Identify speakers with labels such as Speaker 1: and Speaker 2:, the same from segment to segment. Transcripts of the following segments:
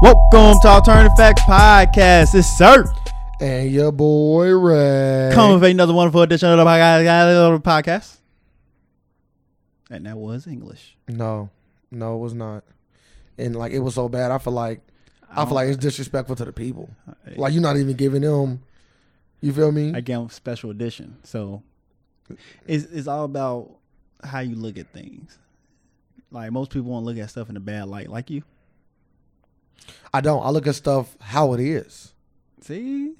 Speaker 1: Welcome to Alternative Facts Podcast. It's Sir
Speaker 2: And your boy Ray.
Speaker 1: coming with another wonderful edition of the podca- podcast. And that was English.
Speaker 2: No, no, it was not. And like it was so bad, I feel like I,
Speaker 1: don't-
Speaker 2: feel like it's disrespectful to the people. Like you're not even giving them. You feel me?
Speaker 1: Again, special edition. So it's it's all about how you look at things. Like most people won't look at stuff in a bad light, like you.
Speaker 2: I don't. I look at stuff how it is.
Speaker 1: See,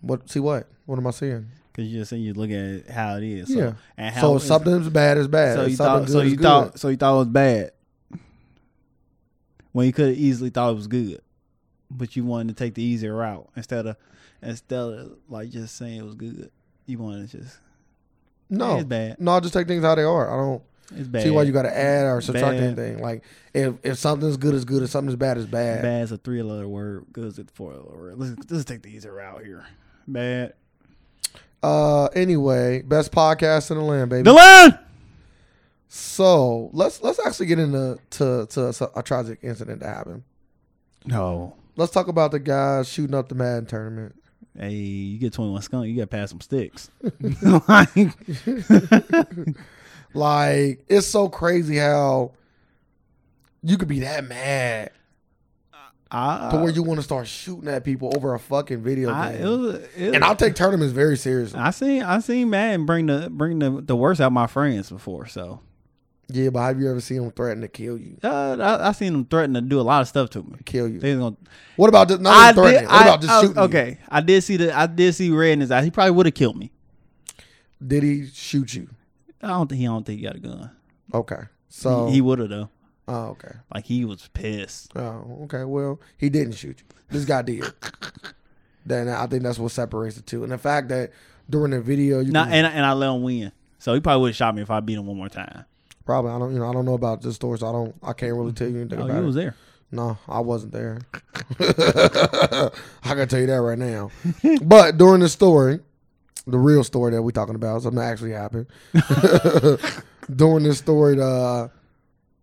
Speaker 2: What? See what? What am I seeing?
Speaker 1: because you just say you look at how it is. So,
Speaker 2: yeah.
Speaker 1: And how
Speaker 2: so if
Speaker 1: it's-
Speaker 2: something's bad is bad.
Speaker 1: So
Speaker 2: If
Speaker 1: you
Speaker 2: something
Speaker 1: thought. So
Speaker 2: good is
Speaker 1: you
Speaker 2: good.
Speaker 1: thought. So you thought it was bad. When you could have easily thought it was good, but you wanted to take the easier route instead of instead of like just saying it was good. You wanted to just
Speaker 2: no,
Speaker 1: it's bad.
Speaker 2: no. I just take things how they are. I don't
Speaker 1: It's bad.
Speaker 2: Oh. see why you got to add or subtract
Speaker 1: Bad.
Speaker 2: anything. Like if if something's good is good, if something's bad is bad.
Speaker 1: bad is a three letter word. Good is a four letter word. Let's let's take the easier route here. Bad.
Speaker 2: Uh, anyway, best podcast in the land, baby.
Speaker 1: Dylan.
Speaker 2: So let's let's actually get into to, to, a tragic incident that happened.
Speaker 1: No.
Speaker 2: Let's talk about the guys shooting up the Madden tournament.
Speaker 1: Hey, you get twenty one skunk. You got to pass some sticks.
Speaker 2: Like it's so crazy how you could be that mad
Speaker 1: I,
Speaker 2: to where you want to start shooting at people over a fucking video
Speaker 1: Uh, I, it
Speaker 2: game.
Speaker 1: was, it was,
Speaker 2: and I'll take tournaments very seriously.
Speaker 1: I seen I seen Madden bring the bring the, the worst out my friends before. So
Speaker 2: yeah, but have you ever seen them threaten to kill you?
Speaker 1: uh, I, I seen them threaten to do a lot of stuff to me.
Speaker 2: Kill you?
Speaker 1: They was gonna.
Speaker 2: What about just not
Speaker 1: I
Speaker 2: even threatening?
Speaker 1: did.
Speaker 2: what
Speaker 1: I,
Speaker 2: about just
Speaker 1: I was-
Speaker 2: shooting? you?
Speaker 1: okay, I did see the I did see red in his eye. He probably would have killed me.
Speaker 2: Did he shoot you?
Speaker 1: I don't think he I don't think he got a gun.
Speaker 2: Okay. So
Speaker 1: he, he would have though.
Speaker 2: oh, okay.
Speaker 1: Like he was pissed.
Speaker 2: Oh, okay. Well, he didn't shoot you. This guy did. then I think that's what separates the two. And the fact that during the video, you
Speaker 1: Now
Speaker 2: can-
Speaker 1: and and I let him win. So he probably would have shot me if I beat him one more time.
Speaker 2: probably I don't you know I don't know about this story, so I don't I can't really tell you anything
Speaker 1: Oh,
Speaker 2: about
Speaker 1: you
Speaker 2: it.
Speaker 1: was there.
Speaker 2: no, I wasn't there. I can tell you that right now. but during the story, the real story that we're talking about, something that actually happened. during this story, uh,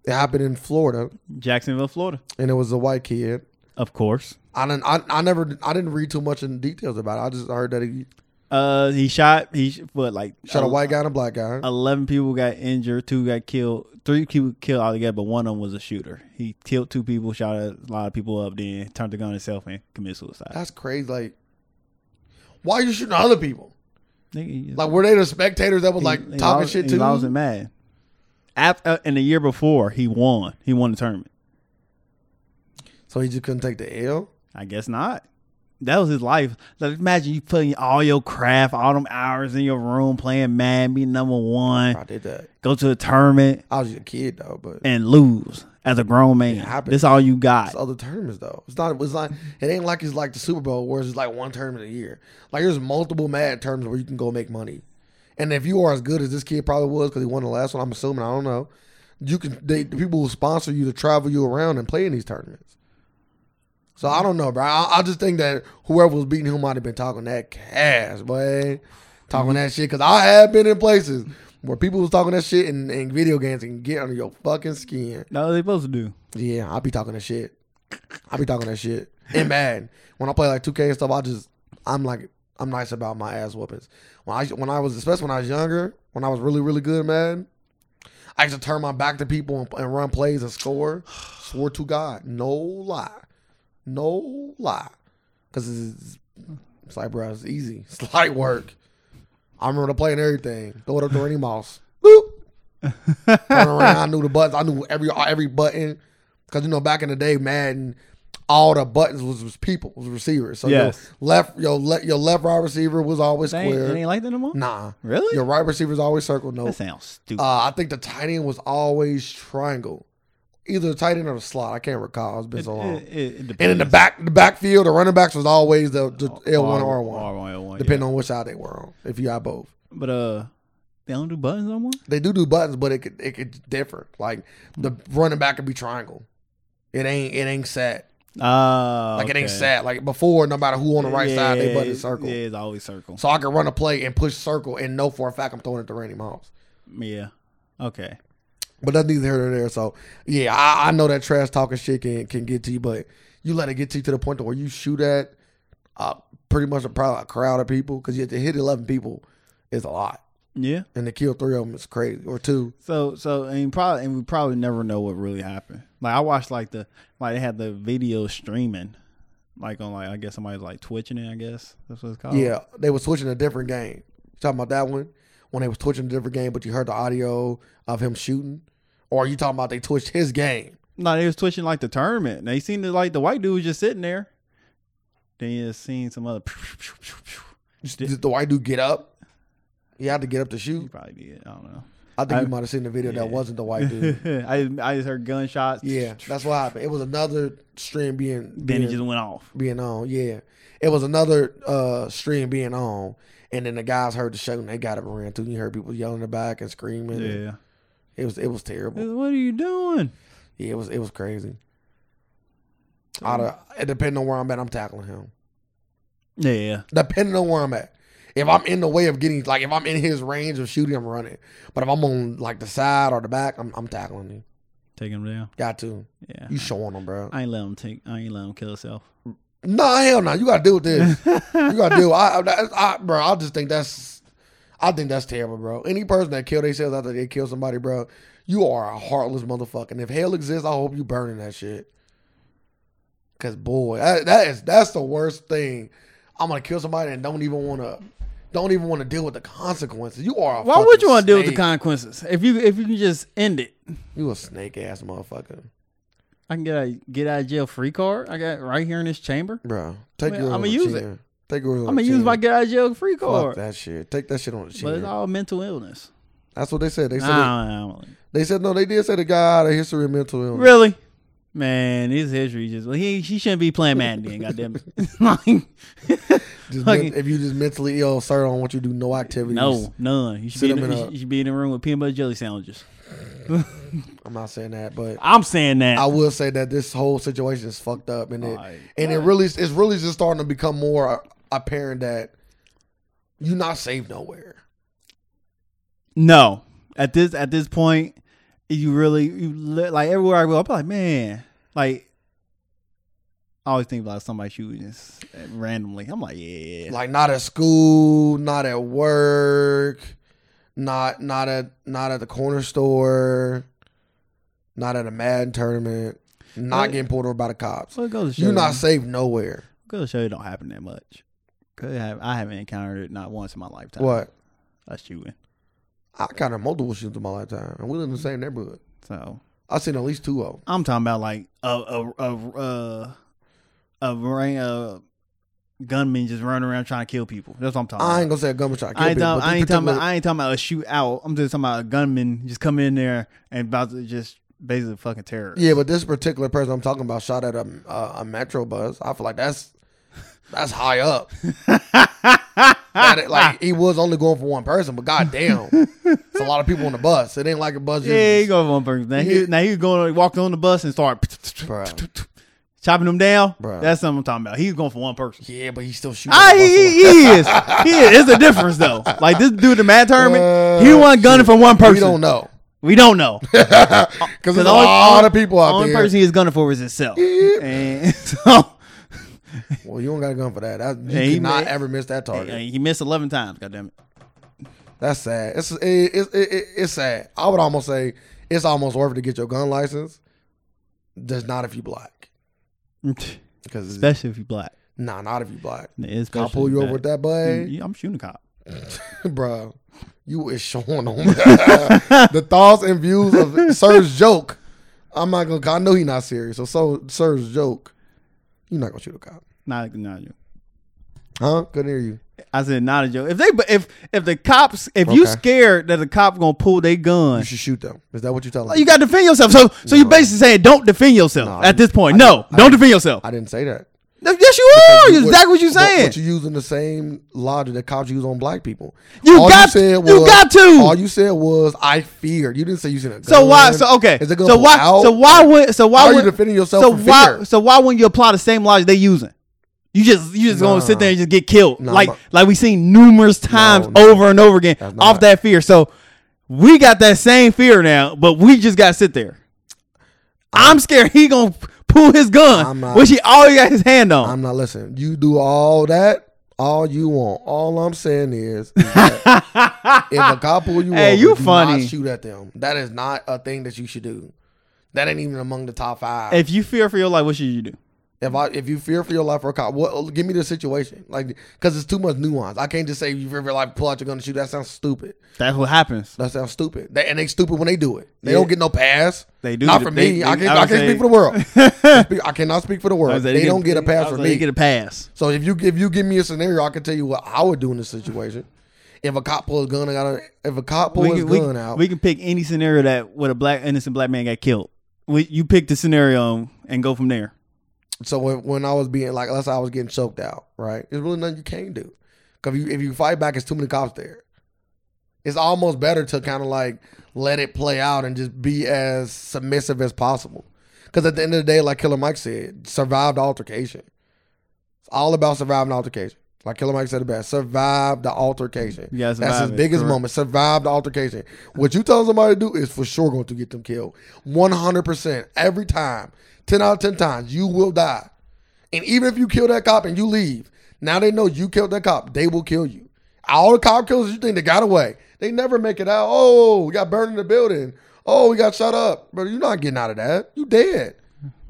Speaker 2: it happened in Florida,
Speaker 1: Jacksonville, Florida,
Speaker 2: and it was a white kid.
Speaker 1: of course.
Speaker 2: I didn't. I, I never. I didn't read too much in details about it. I just heard that he
Speaker 1: Uh, he shot. He sh- what like
Speaker 2: shot a white guy and a black guy.
Speaker 1: 11 people got injured, two got killed, three people killed altogether, but one of them was a shooter. He killed two people, shot a lot of people up, then turned the gun himself and committed suicide.
Speaker 2: That's crazy. Like, why are you shooting other people?
Speaker 1: Nigga, he-
Speaker 2: Like, were they the spectators that was
Speaker 1: he-
Speaker 2: like
Speaker 1: he
Speaker 2: talking
Speaker 1: lost-
Speaker 2: shit
Speaker 1: He
Speaker 2: to
Speaker 1: lost
Speaker 2: you?
Speaker 1: and mad. After, uh, and the year before, he won. He won the tournament.
Speaker 2: So he just couldn't take the L.
Speaker 1: I guess not. That was his life. Like, imagine you putting all your craft, all them hours in your room playing Madden, be number one,
Speaker 2: I did that.
Speaker 1: go to a tournament
Speaker 2: I was just a kid though, but
Speaker 1: and lose as a grown man.
Speaker 2: happens.
Speaker 1: This all you got.
Speaker 2: it's other tournaments though. It's not. It's like it ain't like it's like the Super Bowl where it's just like one tournament a year. Like there's multiple mad tournaments where you can go make money. And if you are as good as this kid probably was because he won the last one, I'm assuming I don't know. You can they the people will sponsor you to travel you around and play in these tournaments. So I don't know, bro. I, I just think that whoever was beating him might have been talking that cash, boy, talking that shit. Because I have been in places where people was talking that shit and, and video games can get under your fucking skin.
Speaker 1: That's what they supposed to do.
Speaker 2: Yeah, I be talking that shit. I be talking that shit. And Madden. When I play like 2K and stuff, I just I'm like I'm nice about my ass whoopings. When I when I was especially when I was younger, when I was really really good, man, I used to turn my back to people and, and run plays and score. Swear to God, no lie, no lie, because it's, it's like bro, it's easy, it's light work. I remember the play and everything. Throw it up to any mouse. Boop. Turn around. I knew the buttons. I knew every every button. Cause you know back in the day, Madden, all the buttons was, was people, was receivers. So
Speaker 1: Yes.
Speaker 2: your left your left your left right receiver was always
Speaker 1: They ain't, it
Speaker 2: square.
Speaker 1: ain't like that no more?
Speaker 2: Nah.
Speaker 1: Really?
Speaker 2: Your right receiver's always circle, no.
Speaker 1: that
Speaker 2: Uh,
Speaker 1: sounds stupid.
Speaker 2: I think the tight end was always triangle. Either the tight end or the slot. I can't recall. It's been so long.
Speaker 1: It- it- it
Speaker 2: and in the
Speaker 1: depends.
Speaker 2: back the backfield, the running backs was always the,
Speaker 1: Uh,
Speaker 2: the L one R one.
Speaker 1: R1, L1, yeah.
Speaker 2: Depending on which side they were on. If you had both.
Speaker 1: But uh, they don't do buttons no more.
Speaker 2: They do do buttons, but it could it could differ. Like the running back could be triangle. It ain't it ain't set.
Speaker 1: Ah,
Speaker 2: Like it ain't
Speaker 1: okay.
Speaker 2: set. Like before, no matter who on the right side, they
Speaker 1: Yeah,
Speaker 2: button circle.
Speaker 1: Yeah, it's always circle.
Speaker 2: So I can run a play and push circle and know for a fact I'm throwing it to Randy Moss.
Speaker 1: Yeah. Okay.
Speaker 2: But that's neither here nor there. So yeah, I, I know that trash talking shit can can get to you, but you let it get to you to the point to where you shoot at uh, pretty much a, probably a crowd of people because you have to hit eleven people is a lot,
Speaker 1: Yeah.
Speaker 2: and to kill three of them is crazy or two.
Speaker 1: So so and probably and we probably never know what really happened. Like I watched like the like they had the video streaming, like on like I guess somebody's like twitching it. I guess that's what it's called.
Speaker 2: Yeah, they were switching a different game. You talking about that one when they was twitching a different game, but you heard the audio of him shooting, or you talking about they twitched his game?
Speaker 1: No, they was twitching like the tournament. They seen the like the white dude was just sitting there. Then you just seen some other.
Speaker 2: Just- Did the white dude get up? He had to get up to
Speaker 1: He
Speaker 2: shoot.
Speaker 1: probably did. I don't know.
Speaker 2: I think
Speaker 1: I-
Speaker 2: you might have seen the video
Speaker 1: yeah.
Speaker 2: that wasn't the white dude.
Speaker 1: I just- I just heard gunshots.
Speaker 2: Yeah, that's what happened. It was another stream being
Speaker 1: Then it
Speaker 2: being,
Speaker 1: just went off.
Speaker 2: being on. Yeah, it was another uh stream being on, and then the guys heard the show and they got up and ran through. You heard people yelling in the back and screaming.
Speaker 1: Yeah.
Speaker 2: It was it was terrible.
Speaker 1: What are you doing?
Speaker 2: Yeah, it was it was crazy. I'd, it depending on where I'm at, I'm tackling him.
Speaker 1: Yeah.
Speaker 2: Depending on where I'm at. If I'm in the way of getting, like, if I'm in his range of shooting, I'm running. But if I'm on, like, the side or the back, I'm, I'm tackling him.
Speaker 1: Take him down.
Speaker 2: Got to.
Speaker 1: Yeah.
Speaker 2: You showing him, bro.
Speaker 1: I ain't let him take. I ain't let him kill himself.
Speaker 2: Nah, hell no. You got to deal with this. you got to deal. I, I, that's- I, bro, I just think that's, I think that's terrible, bro. Any person that kill themselves after they kill somebody, bro, you are a heartless motherfucker. And if hell exists, I hope you burning that shit. Cause boy, that, that is that's the worst thing. I'm gonna kill somebody and don't even want to, don't even want to deal with the consequences. You are. A
Speaker 1: Why would you
Speaker 2: want to
Speaker 1: deal with the consequences if you if you can just end it?
Speaker 2: You a snake ass motherfucker,
Speaker 1: I can get a get out of jail free card. I got right here in this chamber.
Speaker 2: bro. Take
Speaker 1: Man,
Speaker 2: your.
Speaker 1: I'ma
Speaker 2: I'ma
Speaker 1: use it.
Speaker 2: Take your.
Speaker 1: I'm gonna use my get out of jail free
Speaker 2: Fuck
Speaker 1: card.
Speaker 2: that shit. Take that shit on the chin.
Speaker 1: But it's all mental illness.
Speaker 2: That's what they said. They said they-
Speaker 1: Nah, I don't know.
Speaker 2: They said no. They did say "Ah, the guy had a history of mental illness.
Speaker 1: really, man, his history just well, he he shouldn't be playing Madden then. Goddamn it! like,
Speaker 2: Just
Speaker 1: Fucking-
Speaker 2: men- if you just mentally ill, sir, on what you do, no activities.
Speaker 1: no, none. You should, be in,
Speaker 2: Sit
Speaker 1: the-
Speaker 2: him in
Speaker 1: you
Speaker 2: a-
Speaker 1: should- you should be in the room with peanut butter jelly sandwiches.
Speaker 2: I'm not saying that, but
Speaker 1: I'm saying that.
Speaker 2: I will say that this whole situation is fucked up, and it
Speaker 1: Like,
Speaker 2: and it really it's really just starting to become more apparent that you're not safe nowhere.
Speaker 1: no, at this at this point, you really you li- like everywhere I go, I'm like man, like. I always think about somebody shooting us uh, randomly. I'm like, yeah,
Speaker 2: Like not at school, not at work, not not at not at the corner store, not at a Madden tournament, not
Speaker 1: But-
Speaker 2: getting pulled over by the cops.
Speaker 1: so it goes to show
Speaker 2: You're not
Speaker 1: you.
Speaker 2: safe nowhere.
Speaker 1: Good show you don't happen that much. 'Cause I have- I haven't encountered it not once in my lifetime.
Speaker 2: What?
Speaker 1: A shooting.
Speaker 2: I kind of multiple shootings in my lifetime, and we live in the same neighborhood.
Speaker 1: So
Speaker 2: I seen at least two of them.
Speaker 1: I'm talking about like a a a a, a, rain, a gunman just running around trying to kill people. That's what I'm talking
Speaker 2: I
Speaker 1: about.
Speaker 2: ain't gonna say a gun shot.
Speaker 1: I ain't, talking, I, ain't talking about,
Speaker 2: I,
Speaker 1: I ain't talking about a shootout. I'm just talking about a gunman just coming in there and about to just basically fucking terror.
Speaker 2: yeah, but this particular person I'm talking about shot at a a, a metro bus. I feel like that's that's high up. That it- like he was only going for one person, but goddamn, it's a lot of people on the bus. It ain't like a bus. just-
Speaker 1: yeah, he go one person. Now he,
Speaker 2: Yeah.
Speaker 1: now he going walked on the bus and start
Speaker 2: Bruh.
Speaker 1: chopping them down.
Speaker 2: Bruh.
Speaker 1: That's something I'm talking about. He's going for one person.
Speaker 2: yeah, but he still shooting.
Speaker 1: I,
Speaker 2: at the
Speaker 1: Ah, he,
Speaker 2: bus.
Speaker 1: he is. He is. It's a difference though. Like this dude, the mad tournament, he
Speaker 2: Uh,
Speaker 1: wasn't gunning for one person.
Speaker 2: we don't
Speaker 1: know.
Speaker 2: know because there's a lot of people out
Speaker 1: only
Speaker 2: there.
Speaker 1: person he's gunning for is himself. and so
Speaker 2: well, you don't got a gun for that. that you
Speaker 1: Yeah, he
Speaker 2: cannot
Speaker 1: may-
Speaker 2: ever miss that target.
Speaker 1: and he missed eleven times. God damn it.
Speaker 2: That's sad. It's it, it, it, it's sad. I would almost say it's almost worth it to get your gun license. Just not if you black, because
Speaker 1: Especially if you black.
Speaker 2: nah, not if you black.
Speaker 1: Especially Mm.
Speaker 2: I'll pull you
Speaker 1: if
Speaker 2: over with that
Speaker 1: black.
Speaker 2: bud,
Speaker 1: Yeah, I'm shooting a cop.
Speaker 2: bro. You is showing on the thoughts and views of Sir's joke. I'm not gonna. I know he not serious. So so Sir's joke. You're not gonna shoot a cop,
Speaker 1: Not not a joke.
Speaker 2: huh? Couldn't hear you.
Speaker 1: I said not a joke. If they if if the cops if you
Speaker 2: Okay.
Speaker 1: scared that the cop gonna pull their gun,
Speaker 2: You should shoot them. Is that what you're telling
Speaker 1: Oh,
Speaker 2: me?
Speaker 1: You gotta defend yourself. So, so you basically saying don't defend yourself
Speaker 2: No, I
Speaker 1: at
Speaker 2: didn't-
Speaker 1: this point.
Speaker 2: I
Speaker 1: no,
Speaker 2: didn't- I
Speaker 1: don't
Speaker 2: didn't-
Speaker 1: defend yourself.
Speaker 2: I didn't say that.
Speaker 1: yes, you are.
Speaker 2: You
Speaker 1: That's
Speaker 2: would-
Speaker 1: exactly what you're
Speaker 2: but-
Speaker 1: saying.
Speaker 2: But, you're using the same logic that cops use on black people.
Speaker 1: You got- you got to.
Speaker 2: All you said was I feared. You didn't say using a gun.
Speaker 1: so why? So okay.
Speaker 2: Is it gonna
Speaker 1: So
Speaker 2: pull
Speaker 1: why?
Speaker 2: out?
Speaker 1: So why would? So why
Speaker 2: Why are you
Speaker 1: would?
Speaker 2: defending yourself?
Speaker 1: So
Speaker 2: from
Speaker 1: why?
Speaker 2: Fear?
Speaker 1: So why wouldn't you apply the same logic they using? You just you just gonna sit there and just get killed
Speaker 2: Nah,
Speaker 1: like
Speaker 2: I'm a-
Speaker 1: like we seen numerous times
Speaker 2: no.
Speaker 1: over and over again
Speaker 2: That's not
Speaker 1: off
Speaker 2: it.
Speaker 1: that fear. So we got that same fear now, but we just gotta sit there. I'm scared he gonna pull his gun,
Speaker 2: I'm not-
Speaker 1: which he always got his hand on.
Speaker 2: I'm not listening. You do all that, all you want. All I'm saying is, is that if a cop pull you
Speaker 1: Hey,
Speaker 2: over,
Speaker 1: you
Speaker 2: do
Speaker 1: funny.
Speaker 2: Not shoot at them. That is not a thing that you should do. That ain't even among the top five. If,
Speaker 1: if you fear for your life, what should you do?
Speaker 2: I if you fear for your life or a cop, what? Give me the situation, like because it's too much nuance. I can't just say you fear for your life, pull out your gun and shoot. That sounds stupid.
Speaker 1: That's what happens.
Speaker 2: That sounds stupid. They, and they stupid when they do it. They
Speaker 1: Yeah.
Speaker 2: don't get no pass.
Speaker 1: They do.
Speaker 2: Not for
Speaker 1: They-
Speaker 2: me.
Speaker 1: they-
Speaker 2: I can't.
Speaker 1: I
Speaker 2: I,
Speaker 1: would
Speaker 2: can't
Speaker 1: say-
Speaker 2: speak for the world. I speak- I cannot speak for the
Speaker 1: I
Speaker 2: world.
Speaker 1: was like,
Speaker 2: They, don't get a pass
Speaker 1: I was
Speaker 2: from
Speaker 1: like,
Speaker 2: me.
Speaker 1: They get a pass.
Speaker 2: So if you if you give me a scenario, I can tell you what I would do in this situation. If a cop pull a gun out, of- if a cop pull
Speaker 1: We
Speaker 2: his
Speaker 1: can, we,
Speaker 2: gun out,
Speaker 1: we can pick any scenario that with a black innocent black man got killed. We, you pick the scenario and go from there.
Speaker 2: so when, when I was being like, let's say I was getting choked out, right? There's really nothing you can do. Cause if you if you fight back, it's too many cops there. It's almost better to kind of like let it play out and just be as submissive as possible. Cause at the end of the day, like Killer Mike said, survive the altercation. It's all about surviving altercation. Like Killer Mike said the best, survive the altercation.
Speaker 1: You gotta
Speaker 2: That's
Speaker 1: survive
Speaker 2: his
Speaker 1: it,
Speaker 2: biggest
Speaker 1: correct.
Speaker 2: moment. Survive the altercation. What you tell somebody to do is for sure going to get them killed. 100%. Every time. 10 out of 10 times, you will die. And even if you kill that cop and you leave, now they know you killed that cop. They will kill you. All the cop killers you think they got away. They never make it out. Oh, we got burned in the building. Oh, we got shut up. But you're not getting out of that. You dead.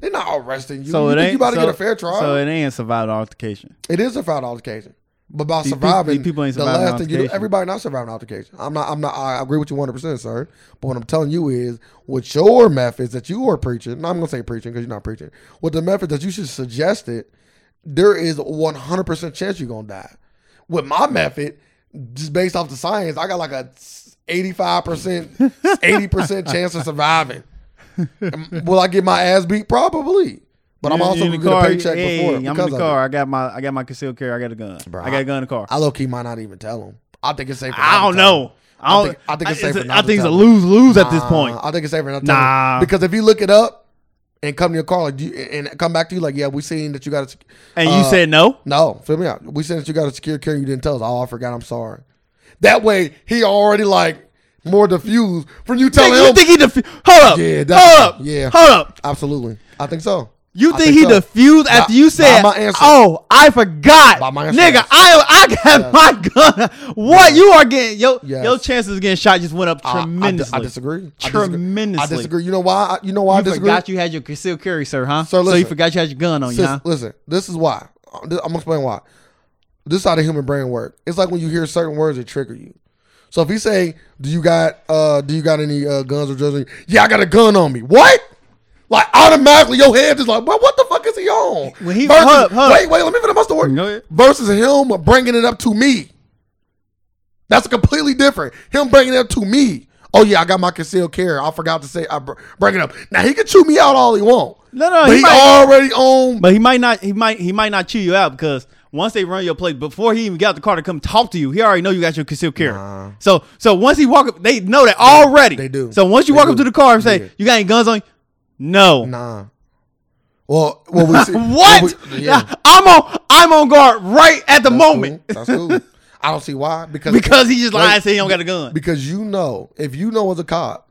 Speaker 2: They're not arresting you.
Speaker 1: So
Speaker 2: you
Speaker 1: it
Speaker 2: think
Speaker 1: ain't
Speaker 2: you about
Speaker 1: so,
Speaker 2: to get a fair trial.
Speaker 1: So it ain't a survived altercation.
Speaker 2: It is a foul altercation. But by
Speaker 1: These peop-
Speaker 2: surviving,
Speaker 1: these people ain't
Speaker 2: the
Speaker 1: surviving
Speaker 2: last thing you do,
Speaker 1: altercation.
Speaker 2: everybody not surviving altercation. I'm not. I'm not. I agree with you 100, percent sir. But what I'm telling you is, with your methods that you are preaching, no, I'm gonna say preaching because you're not preaching. With the method that you should suggest it, there is 100 percent chance you're gonna die. With my method, just based off the science, I got like a 85 percent, 80 percent chance of surviving. Will I get my ass beat? Probably. But I'm
Speaker 1: You-
Speaker 2: also
Speaker 1: you
Speaker 2: gonna
Speaker 1: in the
Speaker 2: get a
Speaker 1: car,
Speaker 2: paycheck
Speaker 1: hey,
Speaker 2: before. it
Speaker 1: I'm in
Speaker 2: because
Speaker 1: the
Speaker 2: of it.
Speaker 1: car. I got my I got my concealed carry. I got a gun.
Speaker 2: Bruh,
Speaker 1: I got a gun in the car. I,
Speaker 2: I low key might not even tell him. I think it's safe.
Speaker 1: don't know. I
Speaker 2: I
Speaker 1: don't.
Speaker 2: think- I think it's safer not
Speaker 1: I
Speaker 2: to
Speaker 1: think it's a
Speaker 2: tell.
Speaker 1: lose lose at this point.
Speaker 2: I think it's safer not to
Speaker 1: Nah.
Speaker 2: tell him. because if you look it up and come to your car like do you, and come back to you like, yeah, we seen that you got a sec-
Speaker 1: And you
Speaker 2: uh,
Speaker 1: said no.
Speaker 2: no. Feel me out. We seen that you got a secure carry. You didn't tell us. Oh, I forgot. I'm sorry. That way he already like more diffused from you telling
Speaker 1: You
Speaker 2: him.
Speaker 1: think he def- Hold up.
Speaker 2: Yeah, that's-
Speaker 1: hold up.
Speaker 2: yeah.
Speaker 1: Hold up.
Speaker 2: Absolutely, I think so.
Speaker 1: You
Speaker 2: I
Speaker 1: think, he
Speaker 2: so.
Speaker 1: defused after
Speaker 2: By-
Speaker 1: you said,
Speaker 2: by my answer.
Speaker 1: "Oh, I forgot,
Speaker 2: By my answer,
Speaker 1: nigga,
Speaker 2: yes.
Speaker 1: I I got my gun." What you are getting your
Speaker 2: Yes. Ah,
Speaker 1: your chances of getting shot just went up
Speaker 2: I- I di-
Speaker 1: tremendously.
Speaker 2: I, disagree. I disagree.
Speaker 1: Tremendously.
Speaker 2: I disagree. You know why? I, you know why
Speaker 1: You
Speaker 2: I disagree?
Speaker 1: forgot you had your concealed carry, sir, huh?
Speaker 2: Sir,
Speaker 1: so you
Speaker 2: listen.
Speaker 1: forgot you had your gun on you,
Speaker 2: Sis-
Speaker 1: huh?
Speaker 2: Listen, this is why. I'm gonna explain why. This is how the human brain works. It's like when you hear certain words that trigger you. So if you say, "Do you got uh do you got any uh, guns or drugs?" on you?" Yeah, I got a gun on me. What? Like automatically, your head is like, "Well, what the fuck is he on?"
Speaker 1: When he- hold up, hold up.
Speaker 2: wait, wait, let me finish my story.
Speaker 1: Go ahead.
Speaker 2: Versus him bringing it up to me. That's completely different. Him bringing it up to me. Oh yeah, I got my concealed carry. I forgot to say I br- bring it up. Now he can chew me out all he want.
Speaker 1: No, no,
Speaker 2: but
Speaker 1: he
Speaker 2: he,
Speaker 1: might-
Speaker 2: already on
Speaker 1: But he might not. He might. He might not chew you out because once they run your place, before he even got out the car to come talk to you, he already know you got your concealed carry. So, so once he walk up, they know that already.
Speaker 2: they do.
Speaker 1: So once you
Speaker 2: They
Speaker 1: walk up to
Speaker 2: do.
Speaker 1: the car and say,
Speaker 2: Yeah.
Speaker 1: "You got any guns on?" you? No.
Speaker 2: Nah. Well, what we see,
Speaker 1: What?
Speaker 2: we- yeah,
Speaker 1: I'm on. I'm on guard right at the
Speaker 2: that's
Speaker 1: moment
Speaker 2: cool. That's cool. I don't see why because
Speaker 1: because he just lied
Speaker 2: Right.
Speaker 1: and said he don't got a gun.
Speaker 2: because you know if you know as a cop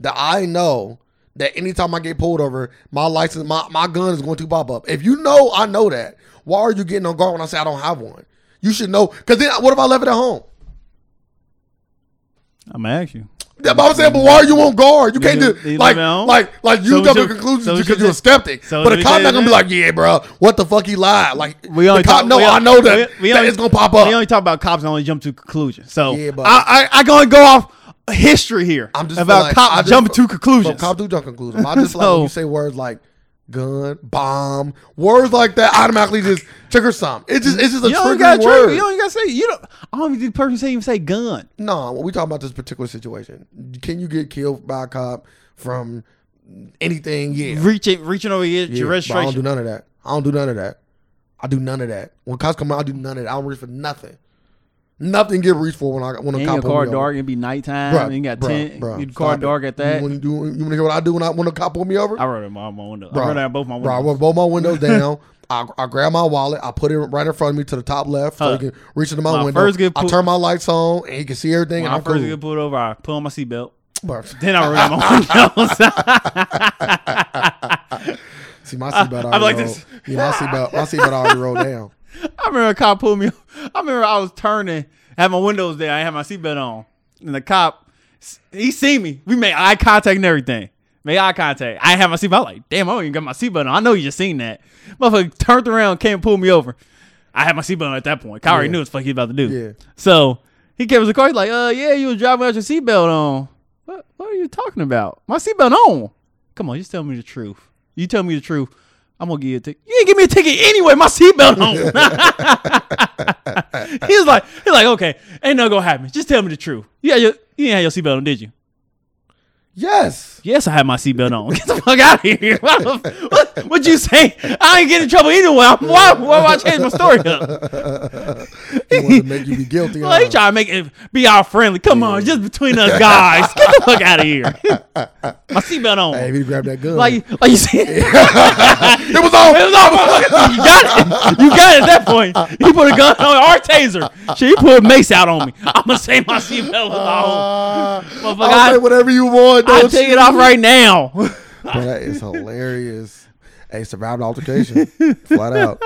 Speaker 2: that I know that anytime I get pulled over, my license, my, my gun is going to pop up. If you know, I know that. Why are you getting on guard when I say I don't have one? You should know because then what if I left it at home?
Speaker 1: I'm gonna ask you.
Speaker 2: That's what I'm saying, but why are you on guard? You can't
Speaker 1: do-
Speaker 2: do
Speaker 1: you
Speaker 2: like,
Speaker 1: leave it on?
Speaker 2: like, like
Speaker 1: So
Speaker 2: you
Speaker 1: we
Speaker 2: jump to
Speaker 1: should-
Speaker 2: conclusions
Speaker 1: so we
Speaker 2: because
Speaker 1: should
Speaker 2: you're a
Speaker 1: just-
Speaker 2: skeptic.
Speaker 1: so
Speaker 2: but
Speaker 1: we
Speaker 2: a cop
Speaker 1: should
Speaker 2: not gonna be
Speaker 1: just-
Speaker 2: like, yeah, bro, what the fuck he lied? Like,
Speaker 1: We
Speaker 2: the
Speaker 1: only
Speaker 2: cop
Speaker 1: talk,
Speaker 2: know,
Speaker 1: we-
Speaker 2: I know that, that
Speaker 1: only-
Speaker 2: it's gonna pop
Speaker 1: We
Speaker 2: up.
Speaker 1: only talk about cops and only jump to conclusions. So
Speaker 2: Yeah, but-
Speaker 1: I, I I gonna go off history here.
Speaker 2: I'm just
Speaker 1: about
Speaker 2: feel like- I
Speaker 1: cops
Speaker 2: just-
Speaker 1: jumping to
Speaker 2: But
Speaker 1: conclusions.
Speaker 2: cop do jump conclusions. I just like when
Speaker 1: So-
Speaker 2: you say words like gun, bomb, words like that automatically just trigger something. It's just, it's just a
Speaker 1: you don't got
Speaker 2: triggering word.
Speaker 1: You don't gotta say you don't. I don't even think the person say even say gun.
Speaker 2: No, we talking about this particular situation. Can you get killed by a cop from anything? Yeah.
Speaker 1: Reaching reaching over your,
Speaker 2: Yeah,
Speaker 1: your
Speaker 2: but I don't do
Speaker 1: registration.
Speaker 2: none of that. I don't do none of that. I do none of that. When cops come out, I do none of that. I don't reach for nothing. Nothing get reached for when I when a
Speaker 1: And
Speaker 2: cop
Speaker 1: your
Speaker 2: pull
Speaker 1: car
Speaker 2: me over.
Speaker 1: dark. It be nighttime.
Speaker 2: Bruh,
Speaker 1: and you got
Speaker 2: bruh,
Speaker 1: ten.
Speaker 2: bruh,
Speaker 1: your car
Speaker 2: stop it. Mm-hmm.
Speaker 1: dark at that.
Speaker 2: You want to do? You want to hear what I do when I when a cop pull me over?
Speaker 1: I wrote it on my my window.
Speaker 2: Bruh,
Speaker 1: I wrote it on both my
Speaker 2: bruh,
Speaker 1: windows.
Speaker 2: I roll both my windows down. I, I grab my wallet. I put it right in front of me to the top left so
Speaker 1: Huh.
Speaker 2: he can reach into my,
Speaker 1: When I
Speaker 2: window.
Speaker 1: first get
Speaker 2: I
Speaker 1: pull-
Speaker 2: turn my lights on and he can see everything.
Speaker 1: When
Speaker 2: and
Speaker 1: I
Speaker 2: I'm
Speaker 1: first
Speaker 2: cool.
Speaker 1: get pulled over, I put on my seatbelt.
Speaker 2: Bruh.
Speaker 1: Then I wrote it on my windows.
Speaker 2: See, my seatbelt already
Speaker 1: I'm like
Speaker 2: rolled.
Speaker 1: this.
Speaker 2: Yeah, my seatbelt, my seatbelt already rolled down.
Speaker 1: I remember a cop pulled me. I remember I was turning, had my windows there. I had my seatbelt on, and the cop, he seen me. We made eye contact and everything. Made eye contact. I had my seatbelt. I'm like, damn, I don't even got my seatbelt on. I know you just seen that. Motherfucker turned around, came and pulled me over. I had my seatbelt on at that point. I already
Speaker 2: Yeah.
Speaker 1: knew what the fuck he was about to do.
Speaker 2: Yeah.
Speaker 1: So he came to the car. He's like, uh, yeah, you was driving without your seatbelt on. What, what are you talking about? My seatbelt on. Come on, just tell me the truth. You tell me the truth. I'm gonna give you a ticket. You ain't give me a ticket anyway. My seatbelt on. he was like, he's like, okay, ain't nothing gonna happen. Just tell me the truth. Yeah, you, you ain't have your seatbelt on, did you?
Speaker 2: Yes.
Speaker 1: Yes, I had my seatbelt on. Get the fuck out of here. What, the- what, what you say? I ain't getting in trouble either way. I'm- Why, why would I change my story up?
Speaker 2: He wanted to make you be guilty.
Speaker 1: Like, he
Speaker 2: huh?
Speaker 1: trying to make it be all friendly. Come on, just between us guys. Get the fuck out of here. My seatbelt on.
Speaker 2: Hey, if he grabbed that gun,
Speaker 1: like, like you said.
Speaker 2: it was all.
Speaker 1: It was all motherfucking- you got it. You got it at that point. You put a gun on our taser. Shit, you put a mace out on me. I'm gonna say my seatbelt was on.
Speaker 2: Uh,
Speaker 1: Motherfucker,
Speaker 2: I'll
Speaker 1: I-
Speaker 2: say whatever you want.
Speaker 1: I
Speaker 2: don't
Speaker 1: take
Speaker 2: you?
Speaker 1: it off right now.
Speaker 2: Bro, that is hilarious. Hey, survived altercation, flat out.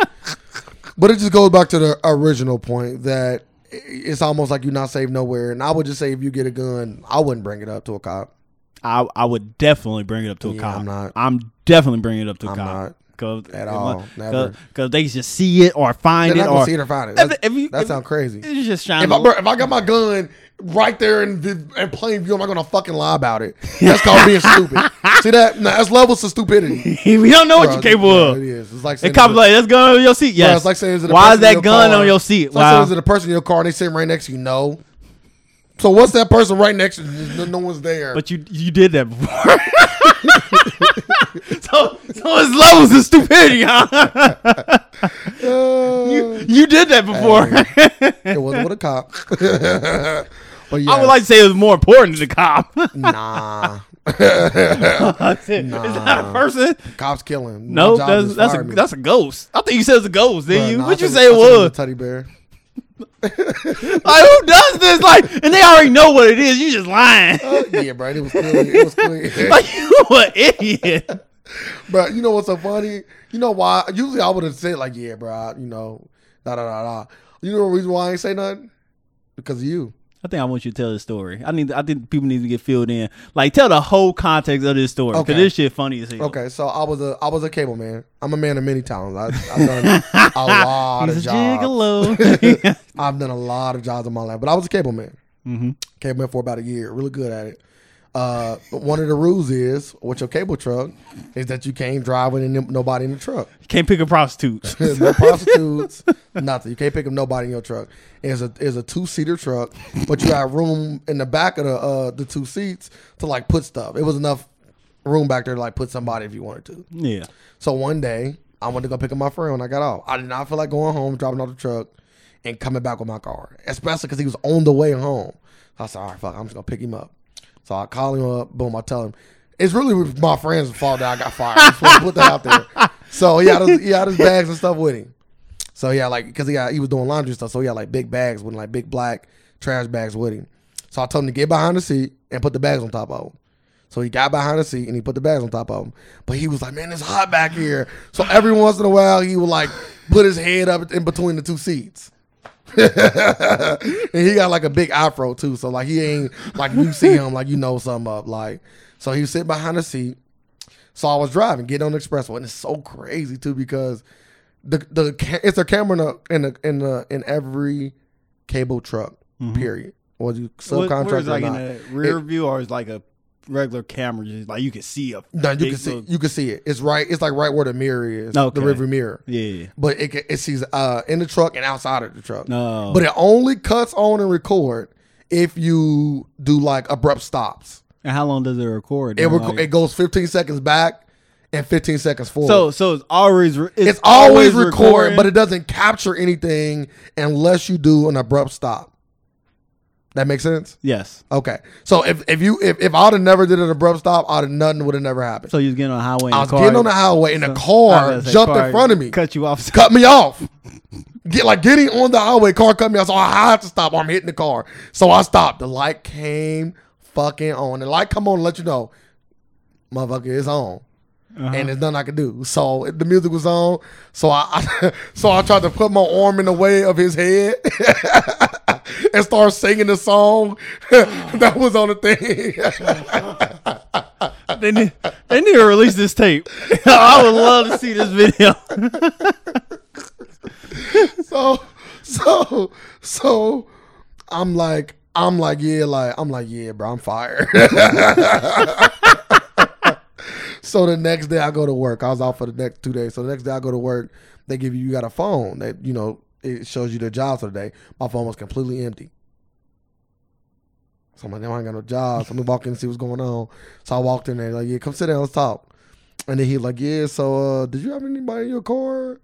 Speaker 2: But it just goes back to the original point that i- it's almost like you're not safe nowhere. And I would just say if you get a gun, I wouldn't bring it up to a cop.
Speaker 1: I I would definitely bring it up to a
Speaker 2: Yeah,
Speaker 1: cop.
Speaker 2: I'm not.
Speaker 1: I'm definitely bringing it up to a
Speaker 2: I'm
Speaker 1: cop.
Speaker 2: not.
Speaker 1: Cause,
Speaker 2: At all. Never.
Speaker 1: Because they just see it or find
Speaker 2: They're
Speaker 1: it
Speaker 2: not gonna
Speaker 1: or
Speaker 2: see it or find it.
Speaker 1: If-
Speaker 2: That's-
Speaker 1: if you-
Speaker 2: that
Speaker 1: if-
Speaker 2: sounds crazy. If
Speaker 1: it's just shining.
Speaker 2: I, bro, if I got my gun right there in, vi- in plain view, I'm not gonna fucking lie about it. That's called being stupid. See that? No, that's levels to stupidity.
Speaker 1: we don't know what
Speaker 2: Bro,
Speaker 1: you're capable
Speaker 2: yeah,
Speaker 1: of.
Speaker 2: It is. It's like
Speaker 1: And
Speaker 2: saying
Speaker 1: cops
Speaker 2: to the-
Speaker 1: like that's gun on your seat.
Speaker 2: Bro,
Speaker 1: Yes.
Speaker 2: it's like saying, is it a
Speaker 1: Why
Speaker 2: person
Speaker 1: is
Speaker 2: in
Speaker 1: that gun
Speaker 2: car?
Speaker 1: on your seat?
Speaker 2: It's like saying,
Speaker 1: Wow.
Speaker 2: is it a person in your car and they sitting right next to you? No. So what's that person right next to you? No, no one's there.
Speaker 1: But you you did that before. so so it's levels of stupidity, huh?
Speaker 2: Uh,
Speaker 1: you, you did that before.
Speaker 2: it wasn't with a cop. but yeah,
Speaker 1: I would like to say it was more important to the cop.
Speaker 2: nah.
Speaker 1: That's it. Is that a person?
Speaker 2: Cops kill him. My
Speaker 1: No,
Speaker 2: job
Speaker 1: that's
Speaker 2: just
Speaker 1: that's a
Speaker 2: fired me.
Speaker 1: that's a ghost. I think you said it's a ghost,
Speaker 2: Bruh,
Speaker 1: didn't you?
Speaker 2: nah, I
Speaker 1: What'd you
Speaker 2: said-
Speaker 1: say it
Speaker 2: I said
Speaker 1: was?
Speaker 2: Teddy bear.
Speaker 1: Like who does this? Like and they already know what it is. You just lying.
Speaker 2: Uh, yeah, bro. It was clearly. It was clearly.
Speaker 1: like you an idiot.
Speaker 2: But you know what's so funny? You know why? Usually I would have said like, "Yeah, bro," I- you know, da da da da. You know the reason why I ain't say nothing? Because of you.
Speaker 1: I think I want you to tell the story. I need. I think people need to get filled in. Like tell the whole context of this story because
Speaker 2: Okay.
Speaker 1: this shit funny as hell.
Speaker 2: Okay, so I was a I was a cable man. I'm a man of many talents. I, I've done a lot of
Speaker 1: He's a
Speaker 2: jobs.
Speaker 1: gigolo.
Speaker 2: I've done a lot of jobs in my life, but I was a cable man.
Speaker 1: Mhm.
Speaker 2: Cable man for about a year. Really good at it. Uh, but one of the rules is with your cable truck is that you can't drive with any- nobody in the truck.
Speaker 1: Can't pick a prostitute.
Speaker 2: no prostitutes, nothing. You can't pick up nobody in your truck. It's a it's a two seater truck, but you have room in the back of the uh, the two seats to like put stuff. It was enough room back there to like put somebody if you wanted to.
Speaker 1: yeah.
Speaker 2: So one day, I went to go pick up my friend when I got off. I did not feel like going home, dropping off the truck, and coming back with my car, especially because he was on the way home. So I said, all right, fuck, I'm just going to pick him up. So I call him up, boom, I tell him. It's really my friend's fault that I got fired. I just wanna put that out there. So he had, his, he had his bags and stuff with him. So yeah, like because he got he was doing laundry stuff, so he had like big bags with like big black trash bags with him. So I told him to get behind the seat and put the bags on top of him. So he got behind the seat and he put the bags on top of him. But he was like, "Man, it's hot back here." So every once in a while, he would like put his head up in between the two seats. and he got like a big afro too, so like he ain't like you see him like you know something up like. So he was sitting behind the seat. So I was driving, getting on the expressway, and it's so crazy too because the the ca- it's a camera in the in the in, the, in every cable truck.
Speaker 1: Mm-hmm.
Speaker 2: Period. Or you subcontract or
Speaker 1: like
Speaker 2: not?
Speaker 1: in a rear view or is like a regular camera? Just like you can see a.
Speaker 2: No, you
Speaker 1: big
Speaker 2: can see
Speaker 1: little-
Speaker 2: you can see it. It's right. It's like right where the mirror is,
Speaker 1: Okay.
Speaker 2: the rearview mirror.
Speaker 1: Yeah.
Speaker 2: But it can- it sees uh in the truck and outside of the truck.
Speaker 1: No.
Speaker 2: But it only cuts on and record if you do like abrupt stops.
Speaker 1: and how long does it record?
Speaker 2: It
Speaker 1: Then,
Speaker 2: reco-
Speaker 1: like-
Speaker 2: it goes 15 seconds back and 15 seconds forward.
Speaker 1: so so it's always re-
Speaker 2: it's always recording, but it doesn't capture anything unless you do an abrupt stop. That makes sense.
Speaker 1: yes.
Speaker 2: Okay, so if if you if, if I'd have never did an abrupt stop, I'd have nothing would have never happened.
Speaker 1: So you was getting on the highway.
Speaker 2: I was getting on the highway and a car jumped in front of me, cut,
Speaker 1: Cut you off.
Speaker 2: me off. Get like getting on the highway, car cut me off. So I had to stop. I'm hitting the car, so I stopped. The light came fucking on. The light come on, to let you know, motherfucker, it's on. and there's nothing I could do. So the music was on, so I, I so I tried to put my arm in the way of his head and start singing the song that was on the thing.
Speaker 1: They need, they need to release this tape. I would love to see this video.
Speaker 2: so so so I'm like I'm like yeah like I'm like yeah bro I'm fired. so the next day I go to work. I was out for the next two days. So the next day I go to work. They give you you got a phone that you know it shows you the jobs for the day. My phone was completely empty. So I'm like, damn, I ain't got no job. So I'm gonna walk in and see what's going on. So I walked in there, like, yeah, come sit down, let's talk. And then he like, yeah, so uh, did you have anybody in your car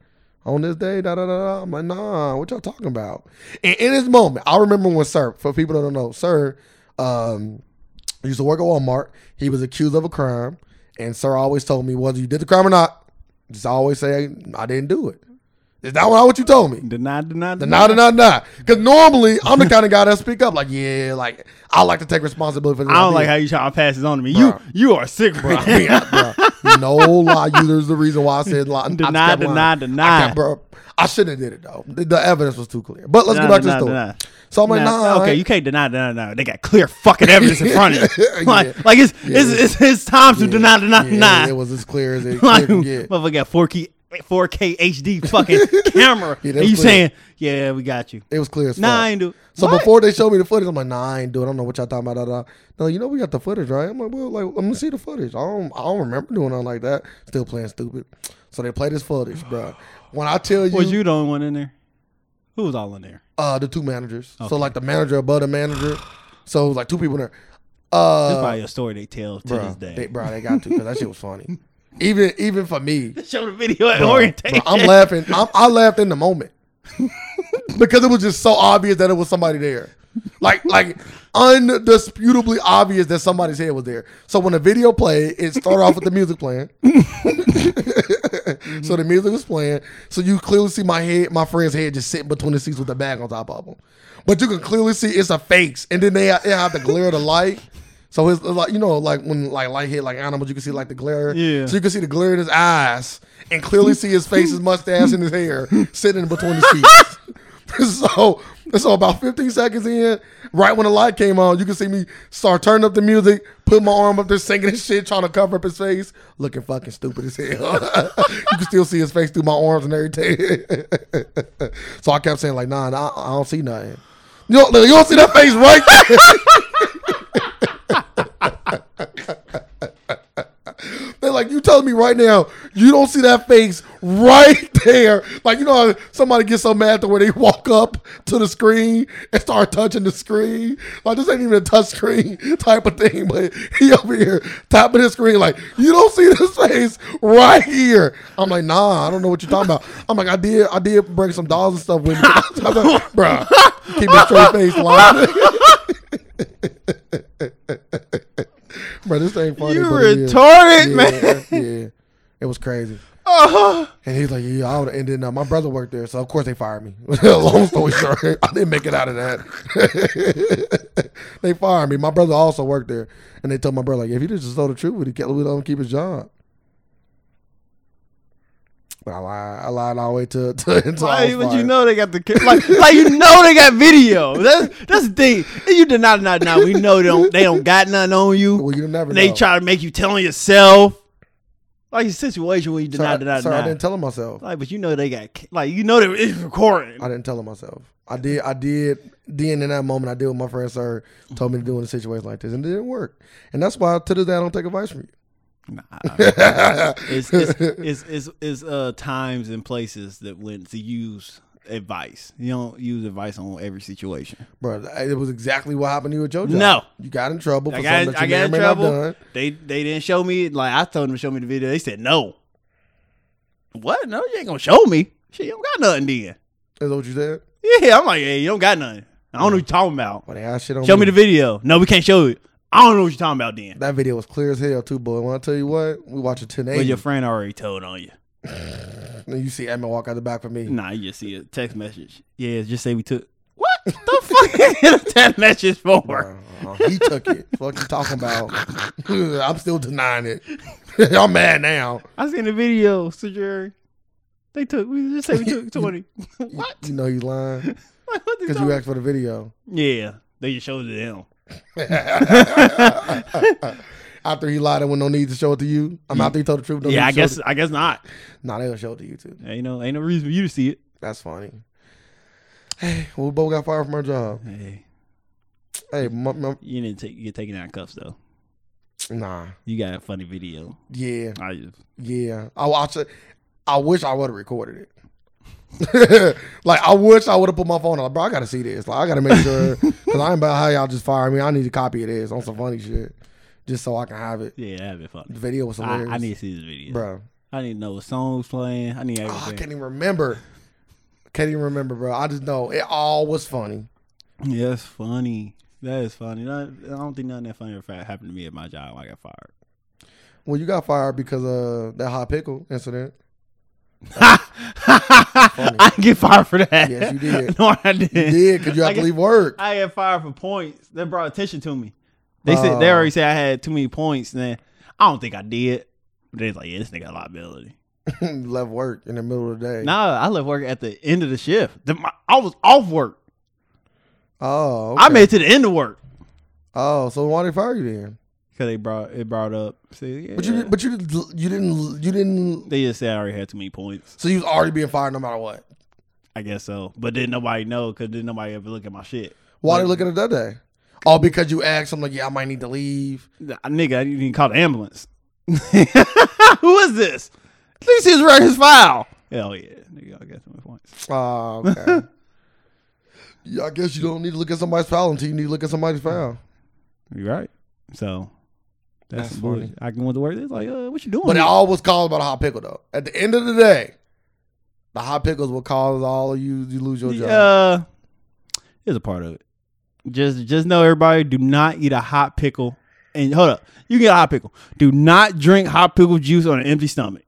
Speaker 2: on this day? Da da da. da. I'm like, nah, what y'all talking about? And in this moment, I remember when Sir, for people that don't know, Sir, um, used to work at Walmart. He was accused of a crime, and Sir always told me whether you did the crime or not, just always say I didn't do it. Is that what you told me?
Speaker 1: Deny, deny,
Speaker 2: The nah, the nah, nah. Because normally I'm the kind of guy that speak up. Like, yeah, like I like to take responsibility for. the
Speaker 1: I don't like how you try to pass this on to me.
Speaker 2: Bruh.
Speaker 1: You you are sick, bro.
Speaker 2: I mean, I- bruh, no lie, you. There's the reason why I said lie. I
Speaker 1: Deny,
Speaker 2: kept lying.
Speaker 1: deny,
Speaker 2: I
Speaker 1: deny.
Speaker 2: kept- bruh, I shouldn't have did it though. The, the evidence was too clear. But let's
Speaker 1: Nah,
Speaker 2: go back to
Speaker 1: nah,
Speaker 2: the story.
Speaker 1: nah.
Speaker 2: So I'm like,
Speaker 1: Nah,
Speaker 2: nah.
Speaker 1: okay, you can't deny, deny, deny. They got clear fucking evidence in front of you.
Speaker 2: Yeah.
Speaker 1: Like, like it's, it's it's it's time to deny, deny,
Speaker 2: yeah,
Speaker 1: deny.
Speaker 2: It was as clear as it
Speaker 1: Like,
Speaker 2: could get.
Speaker 1: motherfucker got four K, four K HD fucking camera.
Speaker 2: Yeah, that's
Speaker 1: and you
Speaker 2: clear.
Speaker 1: saying, yeah, we got you.
Speaker 2: It was clear as
Speaker 1: Nah,
Speaker 2: fuck.
Speaker 1: I ain't do.
Speaker 2: So
Speaker 1: What?
Speaker 2: before they showed me the footage, I'm like, nah, I ain't doing. it. I don't know what y'all talking about. Da, da. No, you know we got the footage, right? I'm like, well, like I'm gonna see the footage. I don't, I don't remember doing nothing like that. Still playing stupid. So they play this footage, bro. When I tell you,
Speaker 1: was you the only one in there? Who was all in there?
Speaker 2: uh, the two managers. So like the manager above the manager. So it was like two people in there.
Speaker 1: That's
Speaker 2: Uh,
Speaker 1: probably a story they tell to
Speaker 2: bro,
Speaker 1: this day.
Speaker 2: they, bro, they got to because that shit was funny. Even, even for me,
Speaker 1: Show the video at
Speaker 2: Bro,
Speaker 1: orientation.
Speaker 2: bro, I'm laughing. I'm, I laughed in the moment because it was just so obvious that it was somebody there, like like undisputably obvious that somebody's head was there. So when the video played, it started off with the music playing. So the music was playing. So you clearly see my head, my friend's head, just sitting between the seats with the bag on top of him. But you can clearly see it's a face, and then they it have the glare of the light. So it's like you know, like when like light hit like animals, you can see like the glare.
Speaker 1: Yeah.
Speaker 2: So you can see the glare in his eyes, and clearly see his face, his mustache, and his hair sitting in between the seats. so so about 15 seconds in, right when the light came on, you can see me start turning up the music, put my arm up there singing and shit, trying to cover up his face, looking fucking stupid as hell. you can still see his face through my arms and everything. so I kept saying like, nah, nah I don't see nothing. You don't, you don't see that face right there. They're like, you telling me right now, you don't see that face right there. Like, you know how somebody gets so mad to where they walk up to the screen and start touching the screen. Like, this ain't even a touch screen type of thing, but he over here, top of the screen, like, you don't see this face right here. I'm like, nah, I don't know what you're talking about. I'm like, I did, I did bring some dolls and stuff with me. I'm like, bruh, keep a straight face, line. Bro, this ain't funny.
Speaker 1: You
Speaker 2: but it is.
Speaker 1: retarded,
Speaker 2: Yeah,
Speaker 1: man.
Speaker 2: yeah. It was crazy.
Speaker 1: Uh-huh.
Speaker 2: And he's like, yeah, I would have ended up. My brother worked there, so of course they fired me. Long story short, I didn't make it out of that. they fired me. My brother also worked there, and they told my brother like, if he just told the truth, would he kept we let him keep his job. But I lied. I lied all the way to to until I
Speaker 1: Why
Speaker 2: was
Speaker 1: would you
Speaker 2: fired.
Speaker 1: know they got the ca- like like you know they got video. That's that's the thing. You deny, deny, deny. We know they don't they don't got nothing on you.
Speaker 2: Well, you never.
Speaker 1: And they
Speaker 2: know.
Speaker 1: try to make you tell on yourself. Like a situation where you
Speaker 2: So
Speaker 1: deny,
Speaker 2: I-
Speaker 1: deny,
Speaker 2: so I
Speaker 1: deny.
Speaker 2: didn't tell him myself.
Speaker 1: Like, but you know they got ca- like you know they it's recording.
Speaker 2: I didn't tell him myself. I did. I did. Then in that moment, I did what my friend sir told me to do in a situation like this, and it didn't work. And that's why to this day I don't take advice from you.
Speaker 1: Nah, I mean, it's, it's, it's it's it's uh times and places that when to use advice. You don't use advice on every situation.
Speaker 2: Bro, it was exactly what happened to you at your job.
Speaker 1: No.
Speaker 2: you got in trouble for
Speaker 1: I
Speaker 2: something
Speaker 1: got
Speaker 2: that
Speaker 1: I
Speaker 2: you may or
Speaker 1: got in
Speaker 2: may not have
Speaker 1: trouble.
Speaker 2: done.
Speaker 1: They they didn't show me like I told them to show me the video. They said no. What? No, you ain't gonna show me. Shit, you don't got nothing then.
Speaker 2: Is that what you said?
Speaker 1: Yeah, I'm like, hey, you don't got nothing. I don't know what you're talking about.
Speaker 2: Well, they asked shit on
Speaker 1: Show me the video. No, we can't show it. I don't know what you're talking about then.
Speaker 2: That video was clear as hell too, boy. When I tell you what, we watch a 10
Speaker 1: But
Speaker 2: 8
Speaker 1: your friend already told on you.
Speaker 2: and you see Edmund walk out the back for me.
Speaker 1: Nah, you just see a text message. Yeah, just say we took what? the fuck is that message for?
Speaker 2: Uh, he took it. Fuck you talking about? I'm still denying it. I'm mad now.
Speaker 1: I seen the video, Sojourn. They took. We just say we took twenty.
Speaker 2: You-
Speaker 1: what?
Speaker 2: You know you lying
Speaker 1: Like, what
Speaker 2: because
Speaker 1: the
Speaker 2: you asked for the video.
Speaker 1: Yeah, they just showed it to him.
Speaker 2: After he lied, there was no need to show it to you. I'm out there. He told the truth. No
Speaker 1: yeah, I
Speaker 2: need to show
Speaker 1: guess.
Speaker 2: It.
Speaker 1: I guess not.
Speaker 2: Nah, they'll show it to you too.
Speaker 1: Yeah, you know, ain't no reason for you to see it.
Speaker 2: That's funny. Hey, we both got fired from our job.
Speaker 1: Hey,
Speaker 2: Hey, my, my,
Speaker 1: you didn't take, get taken out of cuffs though.
Speaker 2: nah.
Speaker 1: You got a funny video.
Speaker 2: Yeah,
Speaker 1: I just,
Speaker 2: yeah. I watch it. I wish I would have recorded it. like I wish I would have put my phone on. Like, bro, I gotta see this. Like I gotta make sure because I ain't about how y'all just fire me. I need a copy of this on some funny shit, just so I can have it.
Speaker 1: yeah, that'd be funny.
Speaker 2: The video was
Speaker 1: I,
Speaker 2: hilarious,
Speaker 1: I need to see this video.
Speaker 2: bro.
Speaker 1: I need to know what songs playing. I need
Speaker 2: Oh, I
Speaker 1: everything.
Speaker 2: can't even remember. Can't even remember, bro. I just know it all was funny.
Speaker 1: yeah, that's funny. That is funny. Not- I don't think nothing that funny ever fa- happened to me at my job. when I got
Speaker 2: Well, you got fired because of that hot pickle incident.
Speaker 1: fired. I didn't get fired for that.
Speaker 2: Yes, you did.
Speaker 1: no, I didn't.
Speaker 2: You did because you
Speaker 1: I
Speaker 2: have to
Speaker 1: got-
Speaker 2: leave work.
Speaker 1: I got fired for points. That brought attention to me. They said they
Speaker 2: Oh.
Speaker 1: already said I had too many points. And then I don't think I did. But they was like, yeah, this nigga got liability.
Speaker 2: left work in the middle of the day.
Speaker 1: Nah, I left work at the end of the shift. The- my- I was off work.
Speaker 2: oh,
Speaker 1: I
Speaker 2: okay.
Speaker 1: made it to the end of work
Speaker 2: Oh, so why they fire you then?
Speaker 1: because they brought it brought up. See, yeah.
Speaker 2: But you, but you, you didn't, you didn't.
Speaker 1: they just said I already had too many points.
Speaker 2: So you was already being fired no matter what.
Speaker 1: I guess so, but didn't nobody know because didn't nobody ever look at my shit.
Speaker 2: Why they looking at that day? Oh, because you asked. I'm like, yeah, I might need to leave.
Speaker 1: Nah, nigga, I didn't even call the ambulance. Who is this? At least he's right his file. Hell yeah, nigga, I got too many points.
Speaker 2: Oh, okay. yeah, I guess you don't need to look at somebody's file until you need to look at somebody's file.
Speaker 1: You right? So that's,
Speaker 2: That's
Speaker 1: some
Speaker 2: funny.
Speaker 1: bullshit. I can went to work. It's like, uh, what you doing?
Speaker 2: But it
Speaker 1: here?
Speaker 2: all was caused by the hot pickle, though. At the end of the day, the hot pickles will cause all of you you lose your job.
Speaker 1: Uh, it's a part of it. Just just know everybody, do not eat a hot pickle. And hold up, you can get a hot pickle. Do not drink hot pickle juice on an empty stomach.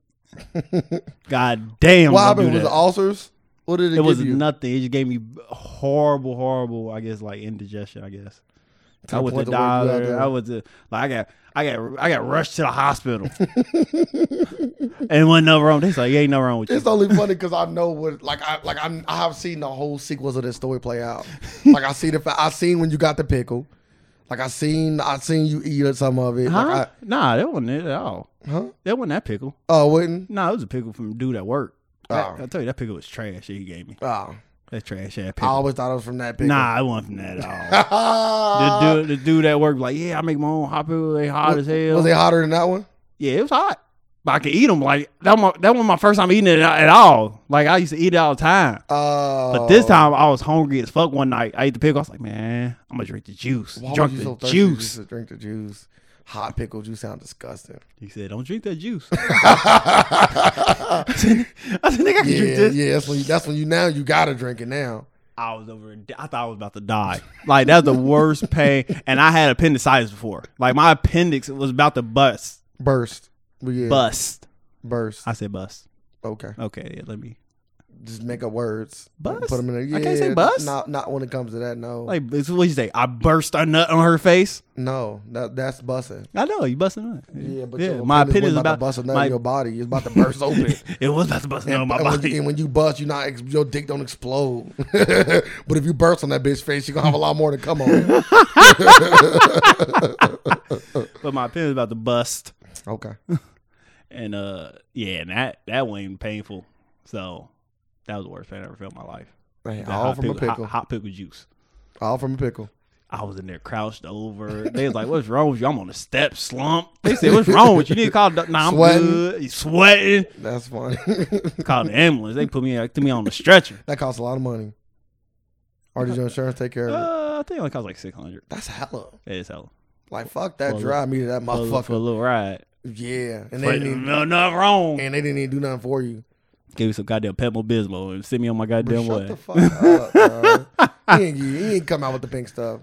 Speaker 1: God damn.
Speaker 2: what
Speaker 1: don't do
Speaker 2: happened? Was
Speaker 1: that.
Speaker 2: it ulcers? What did it,
Speaker 1: It was
Speaker 2: give you?
Speaker 1: nothing. It just gave me horrible, horrible. I guess like indigestion. I guess
Speaker 2: To
Speaker 1: I
Speaker 2: the
Speaker 1: went to
Speaker 2: point to where you out
Speaker 1: dollar.
Speaker 2: there-
Speaker 1: I was to like I got I got I got rushed to the hospital. and wasn't no wrong. They was like, "Yeah, ain't no wrong with you."
Speaker 2: It's only funny because I know what like I like I I have seen the whole sequence of this story play out. Like I seen it. I seen when you got the pickle. Like I seen I seen you eat some of it.
Speaker 1: Huh?
Speaker 2: Like
Speaker 1: nah, that wasn't it at all.
Speaker 2: I, huh?
Speaker 1: That wasn't that pickle.
Speaker 2: Oh, wouldn't.
Speaker 1: Nah, it was a pickle from a dude at work. That-
Speaker 2: Oh.
Speaker 1: I tell you, that pickle was trash. That he gave me
Speaker 2: Oh,
Speaker 1: that trash ass
Speaker 2: I
Speaker 1: pickle.
Speaker 2: always thought it was from that pickle.
Speaker 1: Nah, it wasn't from that at all. the
Speaker 2: the
Speaker 1: dude, the dude at work, was like, yeah, I make my own hot pickle. They hot as hell.
Speaker 2: Was it hotter than that one?
Speaker 1: Yeah, it was hot. But I could eat them. Like that. Was my, that was my first time eating it at all. Like I used to eat it all the time.
Speaker 2: Oh,
Speaker 1: But this time I was hungry as fuck one night. I ate the pickle. I was like, man, I'm gonna drink the juice.
Speaker 2: Why
Speaker 1: drink
Speaker 2: was you
Speaker 1: the
Speaker 2: so thirsty? You
Speaker 1: juice.
Speaker 2: should drink the juice. Hot pickle juice sound disgusting.
Speaker 1: He said, don't drink that juice.
Speaker 2: yeah,
Speaker 1: I said, nigga, I can drink this.
Speaker 2: yeah. That's when. You, that's when you now you gotta drink it now.
Speaker 1: I was over. I thought I was about to die. Like that's the worst pain. And I had appendicitis before. Like my appendix was about to bust.
Speaker 2: Burst. But yeah,
Speaker 1: Bust.
Speaker 2: burst.
Speaker 1: I said bust.
Speaker 2: Okay.
Speaker 1: Okay, yeah, let me.
Speaker 2: just make up words.
Speaker 1: Bust?
Speaker 2: Put them in there.
Speaker 1: I can't say
Speaker 2: Yeah,
Speaker 1: bust.
Speaker 2: Not not when it comes to that. No,
Speaker 1: Like, this is what you say? I burst a nut on her face.
Speaker 2: no, that, that's busting.
Speaker 1: I know you busting nut.
Speaker 2: Yeah, but
Speaker 1: yeah,
Speaker 2: your
Speaker 1: my
Speaker 2: appendix
Speaker 1: opinion is
Speaker 2: wasn't
Speaker 1: about
Speaker 2: to bust a nut
Speaker 1: my-
Speaker 2: in your body. It's about to burst open.
Speaker 1: it was about to bust a nut on my
Speaker 2: and, when
Speaker 1: body.
Speaker 2: you, and when you bust, you not ex- your dick don't explode. but if you burst on that bitch face, you gonna have a lot more to come on.
Speaker 1: But my opinion is about to bust.
Speaker 2: okay,
Speaker 1: And uh, yeah, and that that wasn't painful. So that was the worst pain I ever felt in my life.
Speaker 2: Man,
Speaker 1: That
Speaker 2: all
Speaker 1: hot
Speaker 2: from a
Speaker 1: pickle- hot-
Speaker 2: pickle.
Speaker 1: Hot, pickle juice.
Speaker 2: All from a pickle.
Speaker 1: I was in there crouched over. They was like, "What's wrong with you?" I'm on the step slump. They said, "What's wrong with you?" You need to call. The, nah, I'm
Speaker 2: Sweating.
Speaker 1: good. You sweating.
Speaker 2: That's funny.
Speaker 1: Called the ambulance. They put me like, threw me on the stretcher.
Speaker 2: that costs a lot of money. Or did your insurance take care of it?
Speaker 1: Uh, I think it only cost like six hundred.
Speaker 2: That's hella.
Speaker 1: It is hell.
Speaker 2: Like fuck that
Speaker 1: Well,
Speaker 2: dry meat of that
Speaker 1: For, a- for a
Speaker 2: motherfucker.
Speaker 1: little ride.
Speaker 2: Yeah, and Oh, they
Speaker 1: For,
Speaker 2: didn't even,
Speaker 1: no, nothing wrong.
Speaker 2: and they didn't even do nothing for you.
Speaker 1: Gave me some goddamn Pepto Bismol and sent me on my
Speaker 2: Bro,
Speaker 1: goddamn
Speaker 2: shut
Speaker 1: way.
Speaker 2: the fuck up, bro. he, ain't, he ain't come out with the pink stuff.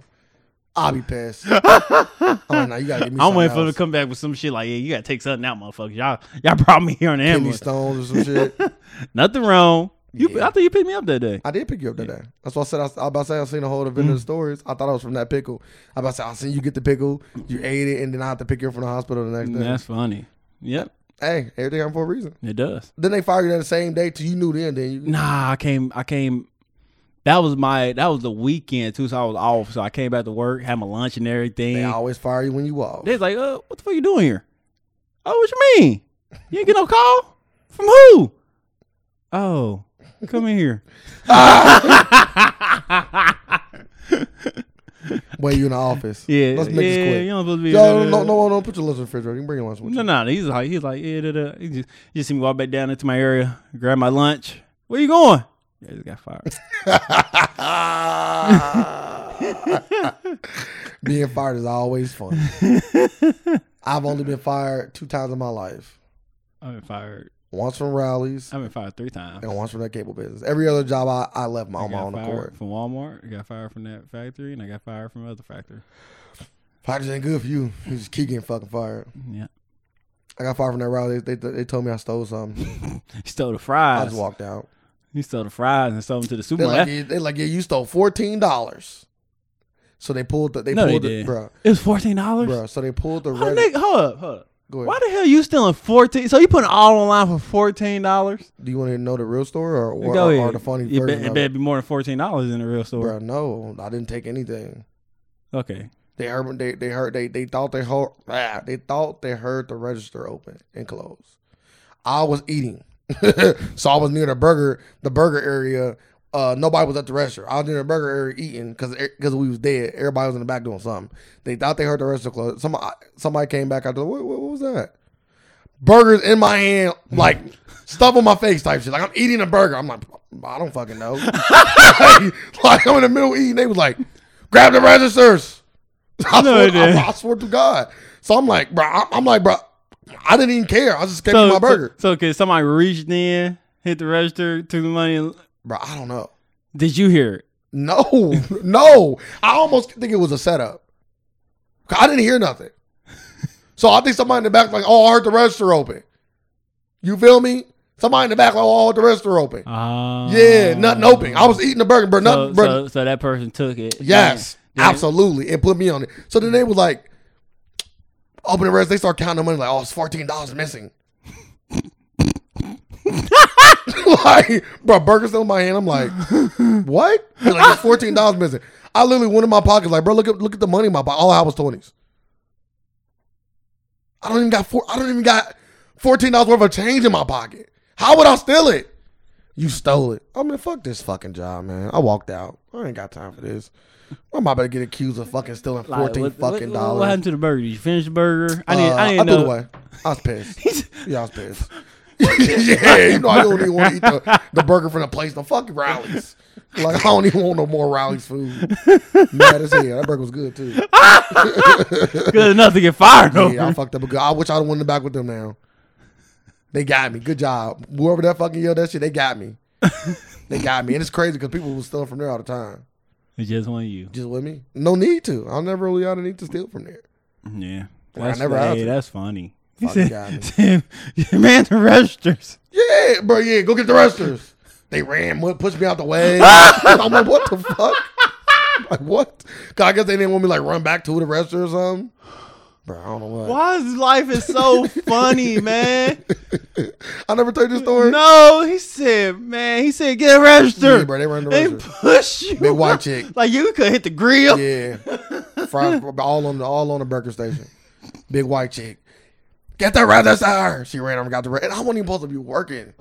Speaker 2: I'll be pissed. oh no, you gotta give
Speaker 1: I'm
Speaker 2: me. something
Speaker 1: waiting for them
Speaker 2: else.
Speaker 1: to come back with some shit like, yeah, you gotta take something out, motherfuckers. Y'all, y'all brought me here on the
Speaker 2: Kidney
Speaker 1: ambulance.
Speaker 2: stones or some shit.
Speaker 1: Nothing wrong. You,
Speaker 2: Yeah.
Speaker 1: I think you picked me up that day.
Speaker 2: I did pick you up that day. That's why I said I, was- I about to say I seen the whole event of
Speaker 1: Mm.
Speaker 2: the stories. I thought I was from that pickle. I about to say I seen you get the pickle, you ate it, and then I have to pick you up from the hospital the next day.
Speaker 1: That's funny. Yep,
Speaker 2: Hey, everything happened for a reason.
Speaker 1: it does.
Speaker 2: Then they fired you that same day till you knew then. Then you
Speaker 1: Nah, I came. I came. That was my. That was the weekend too, so I was off. So I came back to work, had my lunch and everything.
Speaker 2: they
Speaker 1: They
Speaker 2: always fire you when you walk.
Speaker 1: was like, "Uh, what the fuck you doing here? Oh, what you mean? You ain't get no call from who? Oh, come in here.
Speaker 2: Wait, you in the office.
Speaker 1: Yeah,
Speaker 2: let's
Speaker 1: yeah,
Speaker 2: make this quick.
Speaker 1: You don't supposed to be.
Speaker 2: Yo, no, no, no, no, put your lunch in the refrigerator. You can bring your lunch with
Speaker 1: No,
Speaker 2: you.
Speaker 1: no, he's like, he's like, yeah, da, da. He just, he just see me walk back down into my area, grab my lunch. Where you going? Yeah, I just got fired.
Speaker 2: Being fired is always fun. I've only been fired two times in my life.
Speaker 1: I've been fired.
Speaker 2: Once from rallies
Speaker 1: I've been fired three times.
Speaker 2: and once from that cable business. Every other job I, I left my,
Speaker 1: I
Speaker 2: on my
Speaker 1: got
Speaker 2: own
Speaker 1: fired
Speaker 2: accord.
Speaker 1: from Walmart. I got fired from that factory, and I got fired from another factory.
Speaker 2: Fires ain't good for you. You just keep getting fucking fired.
Speaker 1: Yeah,
Speaker 2: I got fired from that rally. They, they, they told me I stole something.
Speaker 1: he stole the
Speaker 2: I
Speaker 1: fries.
Speaker 2: just walked out.
Speaker 1: He stole the fries and sold them to the
Speaker 2: They like,
Speaker 1: supermarket.
Speaker 2: yeah, they like, yeah, you stole fourteen dollars. So they pulled the, they
Speaker 1: No, they
Speaker 2: pulled the,
Speaker 1: didn't.
Speaker 2: bro,
Speaker 1: It was fourteen dollars.
Speaker 2: bro. So they pulled the
Speaker 1: Hold
Speaker 2: red.
Speaker 1: up, hold up.
Speaker 2: Go ahead.
Speaker 1: Why the hell you stealing fourteen? So you putting all online for fourteen dollars?
Speaker 2: Do you want to know the real story or or,
Speaker 1: Go
Speaker 2: or,
Speaker 1: ahead.
Speaker 2: the funny
Speaker 1: It
Speaker 2: version
Speaker 1: bet- It
Speaker 2: of
Speaker 1: better
Speaker 2: it?
Speaker 1: be more than fourteen dollars in the real store.
Speaker 2: Bro, no, I didn't take anything.
Speaker 1: Okay.
Speaker 2: They heard they they heard they they thought they heard ah, they thought they heard the register open and close. I was eating, so I was near the burger the burger area. Uh, nobody was at the restaurant. I was near the burger area eating because because we was dead. Everybody was in the back doing something. They thought they heard the register close. Somebody somebody came back out there. What, what, what was that? Burgers in my hand, like stuff on my face type shit. Like I'm eating a burger. I'm like, I don't fucking know. like, I'm in the middle eating. They was like, grab the registers. I,
Speaker 1: No,
Speaker 2: swear,
Speaker 1: it didn't.
Speaker 2: I, I swear to God. So I'm like, bro, I- I'm like, bro, I didn't even care. I just kept eating my burger.
Speaker 1: So, so could somebody reached in, hit the register, took the money? And,
Speaker 2: Bro, I don't know.
Speaker 1: did you hear it?
Speaker 2: No, no. I almost think it was a setup. 'Cause I didn't hear nothing. So I think somebody in the back like, oh, I heard the register open. You feel me? Somebody in the back like, oh, I heard the register open.
Speaker 1: Oh.
Speaker 2: yeah, nothing open. I was eating the burger, bro. Nothing,
Speaker 1: So,
Speaker 2: bro.
Speaker 1: so, so that person took it.
Speaker 2: Yes,
Speaker 1: Yeah.
Speaker 2: absolutely. It put me on it. So then they were like, open the rest. They start counting the money. Like, oh, it's fourteen dollars missing. like, bro, burger still in my hand. I'm like, what? They're like, it's fourteen dollars missing. I literally went in my pocket. Like, bro, look at look at the money in my pocket. All I had was twenties. I don't even got four. I don't even got fourteen dollars worth of change in my pocket. How would I steal it? You stole it. I mean, fuck this fucking job, man. I walked out. I ain't got time for this. I'm about to get accused of fucking stealing
Speaker 1: Like,
Speaker 2: fourteen
Speaker 1: what-
Speaker 2: fucking
Speaker 1: what,
Speaker 2: dollars.
Speaker 1: What happened to the burger? Did you finish the burger? I need.
Speaker 2: Uh,
Speaker 1: I need to
Speaker 2: threw it
Speaker 1: know.
Speaker 2: away. I was pissed.
Speaker 1: He's-
Speaker 2: Yeah, I was pissed. yeah, you know I don't even want to eat the, the burger from the place. The fucking rallies. Like I don't even want no more rallies food. Mad as hell. That burger was good too.
Speaker 1: good enough to get fired over.
Speaker 2: Yeah, I fucked up a good. I wish I'd have went in the back with them now. They got me. Good job. Whoever that fucking yelled that shit, they got me. they got me. And it's crazy because people was stealing from there all the time.
Speaker 1: It's just one of you.
Speaker 2: Just with me. No need to. I never really ought to need to steal from there.
Speaker 1: Yeah.
Speaker 2: Well, I
Speaker 1: That's,
Speaker 2: never
Speaker 1: hey,
Speaker 2: asked.
Speaker 1: that's funny. He
Speaker 2: Fucking
Speaker 1: said, said, "Your man the registers.
Speaker 2: Yeah, bro, yeah, go get the resters. They ran, mu- pushed me out the way. I'm like, what the fuck? like, what? 'Cause I guess they didn't want me like run back to the rester or something. Bro, I don't know what.
Speaker 1: Why is life is so funny, man?
Speaker 2: I never told you this story.
Speaker 1: No, he said, man, he said, get registered.
Speaker 2: Yeah, bro, they run the
Speaker 1: They
Speaker 2: register.
Speaker 1: push you.
Speaker 2: Big white chick.
Speaker 1: Like you could hit the grill.
Speaker 2: Yeah, Fried, all on the all on the burger station. Big white chick, get the register. She ran over, and got the register. And I wasn't even supposed to be working.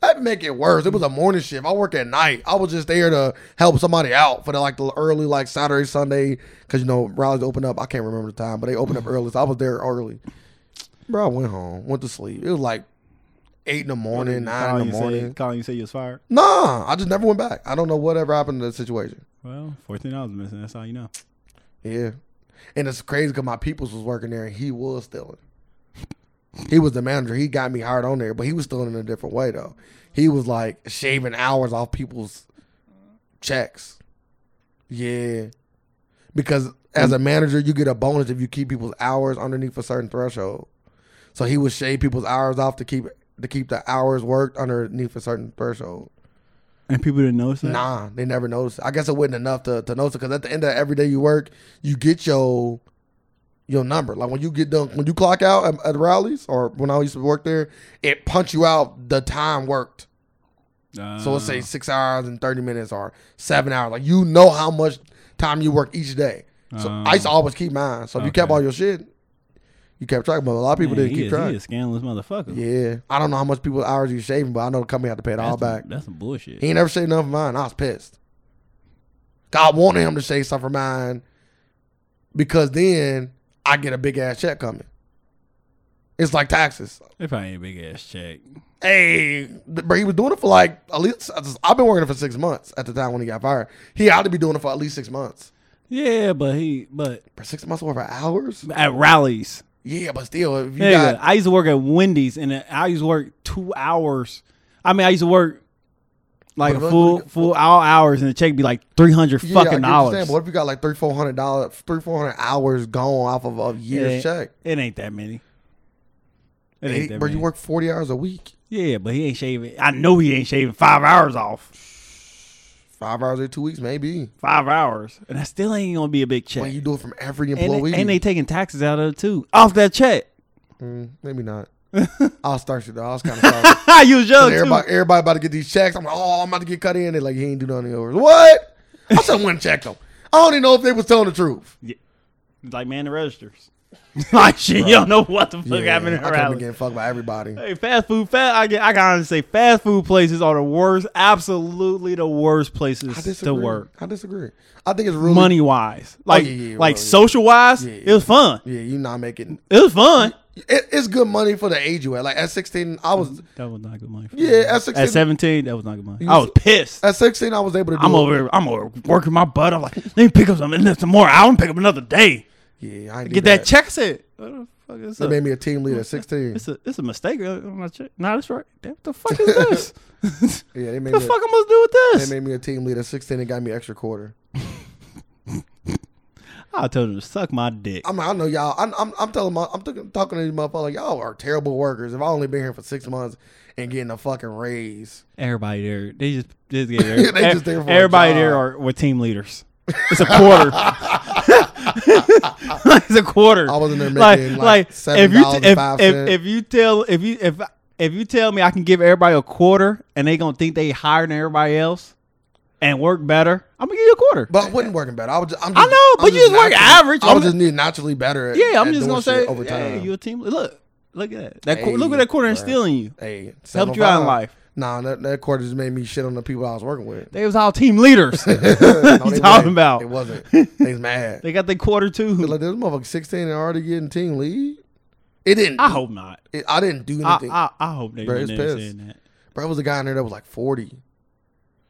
Speaker 2: That make it worse. It was a morning shift. I work at night. I was just there to help somebody out for the, like the early like Saturday Sunday because you know rallies open up. I can't remember the time, but they opened up early. So I was there early. Bro, I went home, went to sleep. It was like eight in the morning, nine in the
Speaker 1: Oh, You
Speaker 2: morning.
Speaker 1: Colin, you said you was fired.
Speaker 2: Nah, I just never went back. I don't know whatever happened to the situation.
Speaker 1: Well, fourteen dollars missing. That's all you know.
Speaker 2: Yeah. And it's crazy because my peoples was working there and he was stealing. He was the manager. He got me hired on there, but he was stealing in a different way though. He was like shaving hours off people's checks. Yeah. Because as a manager, you get a bonus if you keep people's hours underneath a certain threshold. So he would shave people's hours off to keep to keep the hours worked underneath a certain threshold.
Speaker 1: and people didn't notice that.
Speaker 2: Nah, they never noticed. I guess it wasn't enough to, to notice because at the end of every day you work, you get your your number. Like when you get done, when you clock out at, at rallies or when I used to work there, it punch you out the time worked. So let's
Speaker 1: Uh.
Speaker 2: say six hours and thirty minutes or seven hours. Like you know how much time you work each day. So
Speaker 1: Oh.
Speaker 2: I used to always keep mine. So if you kept
Speaker 1: Okay.
Speaker 2: all your shit, you kept track. But a lot of people
Speaker 1: Man,
Speaker 2: didn't
Speaker 1: he
Speaker 2: keep
Speaker 1: is,
Speaker 2: track.
Speaker 1: He a scandalous motherfucker.
Speaker 2: Yeah, I don't know how much people hours you shaving, but I know the company had to pay it
Speaker 1: that's
Speaker 2: all
Speaker 1: some-
Speaker 2: back.
Speaker 1: That's some bullshit.
Speaker 2: He ain't never said nothing for mine. I was pissed. God wanted him to say something for mine because then I get a big ass check coming. It's like taxes.
Speaker 1: It probably ain't a big ass check.
Speaker 2: Hey, th- bro, he was doing it for like at least. I've been working for six months at the time when he got fired. He ought to be doing it for at least six months.
Speaker 1: Yeah, but he but
Speaker 2: For six months worth of hours?
Speaker 1: at rallies.
Speaker 2: Yeah, but still, if you
Speaker 1: Nigga,
Speaker 2: got
Speaker 1: I used to work at Wendy's and I used to work two hours. I mean, I used to work like a
Speaker 2: But-
Speaker 1: full full all hours and the check be like three hundred
Speaker 2: yeah, I get
Speaker 1: fucking
Speaker 2: what you're saying,
Speaker 1: dollars.
Speaker 2: But what if you got like three, four hundred dollars, three, four hundred hours gone off of a year's
Speaker 1: Yeah.
Speaker 2: check?
Speaker 1: It ain't that many. It ain't
Speaker 2: Hey,
Speaker 1: that
Speaker 2: bro,
Speaker 1: many.
Speaker 2: you work forty hours a week.
Speaker 1: yeah, but he ain't shaving. I know he ain't shaving five hours off.
Speaker 2: five hours or two weeks, maybe.
Speaker 1: Five hours, and that still ain't gonna be a big check.
Speaker 2: When you do it from every
Speaker 1: and,
Speaker 2: employee,
Speaker 1: they, and they taking taxes out of it too off that check.
Speaker 2: Mm, maybe not. I was thirsty though. I was kind of sorry.
Speaker 1: you was young too.
Speaker 2: everybody, everybody about to get these checks. I'm like, oh, I'm about to get cut in. They're like, he ain't do nothing over. What? I should have went and checked them. I don't even know if they was telling the truth.
Speaker 1: Like man, the registers. like shit, you don't know what the fuck
Speaker 2: Yeah,
Speaker 1: happened in
Speaker 2: I
Speaker 1: the
Speaker 2: could
Speaker 1: rally.
Speaker 2: be getting fucked by everybody.
Speaker 1: Hey, fast food, fast. I get. I gotta say, fast food places are the worst. Absolutely, the worst
Speaker 2: I
Speaker 1: places
Speaker 2: disagree.
Speaker 1: to work,
Speaker 2: I disagree. I think it's really
Speaker 1: money wise. Like,
Speaker 2: yeah, yeah,
Speaker 1: like
Speaker 2: well, yeah.
Speaker 1: social wise,
Speaker 2: Yeah,
Speaker 1: it was fun.
Speaker 2: Yeah, you not making.
Speaker 1: It was fun.
Speaker 2: It, it's good money for the age you at. Like at 16, I was
Speaker 1: That was not good money. for
Speaker 2: Yeah,
Speaker 1: me.
Speaker 2: at 16
Speaker 1: at seventeen, that was not good money. I was pissed.
Speaker 2: at 16. I was able to. Do
Speaker 1: I'm
Speaker 2: it.
Speaker 1: over. I'm over working my butt. I'm like, let me pick up some, and then some more. I don't pick up another day.
Speaker 2: Yeah, I ain't do
Speaker 1: Get that check. I said, what the fuck is
Speaker 2: They
Speaker 1: that?
Speaker 2: made me a team leader at 16.
Speaker 1: It's a it's a mistake uh, on my check. Nah, that's right. Damn, What the fuck is this? the
Speaker 2: Yeah, they made me. a-
Speaker 1: fuck I must do with this?
Speaker 2: They made me a team leader at 16 and got me extra quarter.
Speaker 1: I told him to suck my dick.
Speaker 2: I'm, I know y'all. I'm, I'm, I'm telling my, I'm talking, talking to these motherfuckers. Like, y'all are terrible workers. If I only been here for six months and getting a fucking raise,
Speaker 1: Everybody there, they just they just get there.
Speaker 2: They just there for a
Speaker 1: everybody
Speaker 2: job.
Speaker 1: there are were team leaders. It's a quarter. it's a quarter.
Speaker 2: I was in there
Speaker 1: like
Speaker 2: making, like,
Speaker 1: like if you t- if,
Speaker 2: $7.05.
Speaker 1: if if you tell if you if if you tell me I can give everybody a quarter and they gonna think they higher than everybody else and work better, I'm gonna give you a quarter.
Speaker 2: but I wasn't working better. I was. Just, I'm
Speaker 1: I
Speaker 2: just,
Speaker 1: know,
Speaker 2: I'm
Speaker 1: but you just work
Speaker 2: naturally-
Speaker 1: average.
Speaker 2: I was
Speaker 1: I'm-
Speaker 2: just need naturally better. At,
Speaker 1: yeah, I'm
Speaker 2: at
Speaker 1: just
Speaker 2: doing
Speaker 1: gonna say
Speaker 2: shit over time.
Speaker 1: Hey, you a team. Look, look at that. That qu-
Speaker 2: Hey,
Speaker 1: look at that quarter and
Speaker 2: bruh.
Speaker 1: stealing you.
Speaker 2: hey,
Speaker 1: Helped you out in
Speaker 2: 705.
Speaker 1: life.
Speaker 2: Nah, that, that quarter just made me shit on the people I was working with.
Speaker 1: They was all team leaders.
Speaker 2: No,
Speaker 1: you
Speaker 2: they
Speaker 1: talking
Speaker 2: wasn't.
Speaker 1: about?
Speaker 2: It wasn't. They was mad.
Speaker 1: They got their quarter too.
Speaker 2: like this motherfucker 16 and already getting team lead. It didn't.
Speaker 1: I hope not.
Speaker 2: it, I didn't do
Speaker 1: I,
Speaker 2: anything.
Speaker 1: I, I hope they
Speaker 2: Bro,
Speaker 1: went
Speaker 2: it's
Speaker 1: there
Speaker 2: piss.
Speaker 1: saying that.
Speaker 2: Bro, it was a guy in there that was like forty.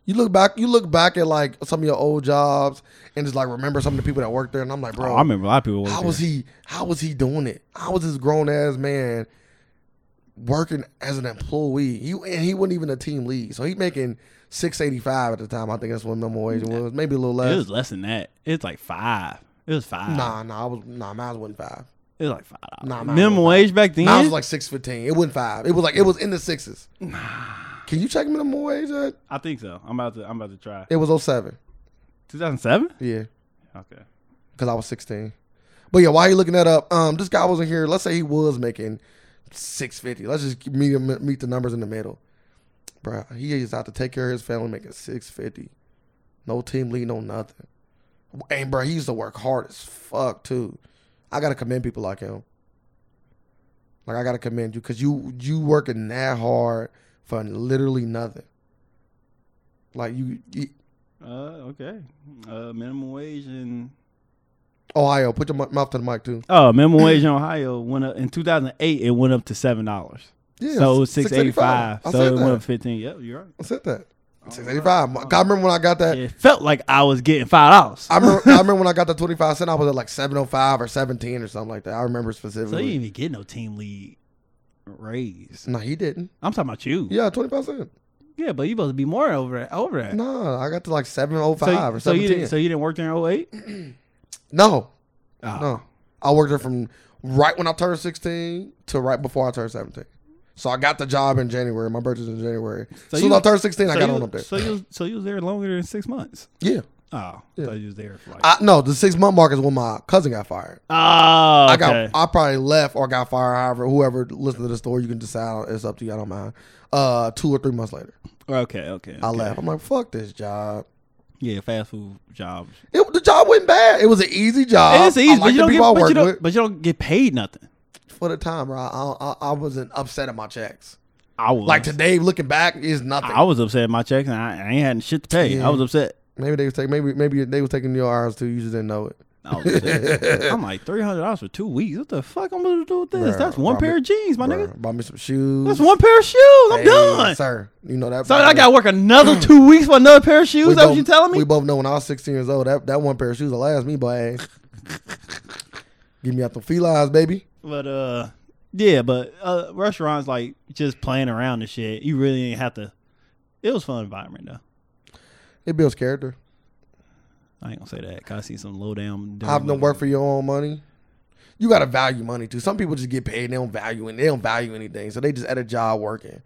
Speaker 2: You look back, you look back at like some of your old jobs and just like remember some of the people that worked there, and I'm like, bro,
Speaker 1: Oh, I remember a lot of people.
Speaker 2: how
Speaker 1: worked
Speaker 2: was
Speaker 1: there.
Speaker 2: he? How was he doing it? How was this grown ass man working as an employee? He and he wasn't even a team lead, so he making six eighty five at the time. I think that's what minimum wage was, maybe a little
Speaker 1: It
Speaker 2: less.
Speaker 1: was less than that. It's like five. It was five.
Speaker 2: Nah, nah, I was nah, mine wasn't five.
Speaker 1: It was like five.
Speaker 2: Nah,
Speaker 1: dollars.
Speaker 2: mine
Speaker 1: Minimum
Speaker 2: was
Speaker 1: wage back then.
Speaker 2: Mine was like six fifteen. It wasn't five. It was like it was in the sixes. Can you check minimum wage? uh,
Speaker 1: I think so. I'm about to. I'm about to try.
Speaker 2: It was 07.
Speaker 1: 2007.
Speaker 2: Yeah.
Speaker 1: Okay.
Speaker 2: because I was 16. But yeah, why are you looking that up? Um, this guy wasn't here. Let's say he was making 650. Let's just meet him, meet the numbers in the middle, bro. He is out to take care of his family, making 650. No team lead, no nothing. And bro, he used to work hard as fuck too. I gotta commend people like him. Like I gotta commend you because you you working that hard for literally nothing. Like you, you
Speaker 1: Uh. Okay. Uh. Minimum wage in
Speaker 2: Ohio, oh, put your mu- mouth to the mic too.
Speaker 1: oh minimum wage in Ohio went up in 2008. It went up to seven dollars.
Speaker 2: Yeah,
Speaker 1: so it was
Speaker 2: six-
Speaker 1: 685.
Speaker 2: 685. I
Speaker 1: So
Speaker 2: said
Speaker 1: it went
Speaker 2: that.
Speaker 1: up 15. Yep. You're right.
Speaker 2: I said that. Six eighty five. God, I remember when I got that.
Speaker 1: It felt like I was getting five dollars.
Speaker 2: Uh, I remember. I remember when I got the twenty five cent. I was at like seven oh five or seventeen or something like that. I remember
Speaker 1: So you
Speaker 2: specifically.
Speaker 1: didn't even get no team lead raise.
Speaker 2: no, he didn't.
Speaker 1: I'm talking about you.
Speaker 2: Yeah, twenty five cent.
Speaker 1: Yeah, but you supposed to be more over that. Over that.
Speaker 2: No, I got to like seven oh
Speaker 1: So-
Speaker 2: five or
Speaker 1: so you
Speaker 2: seventeen.
Speaker 1: didn't. So you didn't work there in 08?
Speaker 2: no,
Speaker 1: Oh.
Speaker 2: no. I worked there from right when I turned sixteen to right before I turned seventeen. So I got the job in January. My birthday's in January.
Speaker 1: So
Speaker 2: So,
Speaker 1: you-
Speaker 2: I turned 16, I
Speaker 1: so
Speaker 2: got
Speaker 1: you,
Speaker 2: on up there.
Speaker 1: So you was- so you was there longer than six months.
Speaker 2: yeah.
Speaker 1: Oh,
Speaker 2: Yeah.
Speaker 1: so you was there for like.
Speaker 2: I, no, the six month mark is when my cousin got fired.
Speaker 1: oh,
Speaker 2: I
Speaker 1: okay.
Speaker 2: got I probably left or got fired. However, whoever listened to the story, you can decide. It's up to you. I don't mind. Uh, two or three months later,
Speaker 1: okay, okay.
Speaker 2: I
Speaker 1: okay.
Speaker 2: left. I'm like, fuck this job.
Speaker 1: Yeah, fast food jobs.
Speaker 2: It, the job wasn't bad. It was an easy job.
Speaker 1: it's easy,
Speaker 2: Uh, I
Speaker 1: but
Speaker 2: liked
Speaker 1: you
Speaker 2: the
Speaker 1: don't get,
Speaker 2: people I
Speaker 1: but you
Speaker 2: worked
Speaker 1: don't,
Speaker 2: with.
Speaker 1: but you don't get paid nothing.
Speaker 2: for the time, bro. I, I, I wasn't upset at my checks.
Speaker 1: I was
Speaker 2: Like today, looking back, is nothing.
Speaker 1: I was upset at my checks, and I, I ain't had shit to pay.
Speaker 2: Yeah.
Speaker 1: I was upset.
Speaker 2: maybe they was taking maybe maybe they was taking your hours too. You just didn't know it.
Speaker 1: I was upset. I'm like three hundred dollars for two weeks. What the fuck I'm gonna do with this?
Speaker 2: Bruh,
Speaker 1: That's one
Speaker 2: bruh,
Speaker 1: pair
Speaker 2: me-
Speaker 1: of jeans, my
Speaker 2: Bruh,
Speaker 1: nigga.
Speaker 2: Bought me some shoes.
Speaker 1: That's one pair of shoes. I'm
Speaker 2: Hey,
Speaker 1: done.
Speaker 2: sir. You know that.
Speaker 1: So I gotta work another two weeks for another pair of shoes.
Speaker 2: We
Speaker 1: That's what
Speaker 2: both-
Speaker 1: you telling me?
Speaker 2: We both know when I was 16 years old, that, that one pair of shoes will last me, boy. Give me out the felines, baby.
Speaker 1: But uh, yeah, but uh, restaurants like just playing around and shit. You really ain't have to. It was fun environment though.
Speaker 2: It builds character.
Speaker 1: I ain't gonna say that. 'cause I see some low down.
Speaker 2: Having to work for your own money. You gotta value money too. Some people just get paid and they don't value and they don't value anything. So they just at a job working.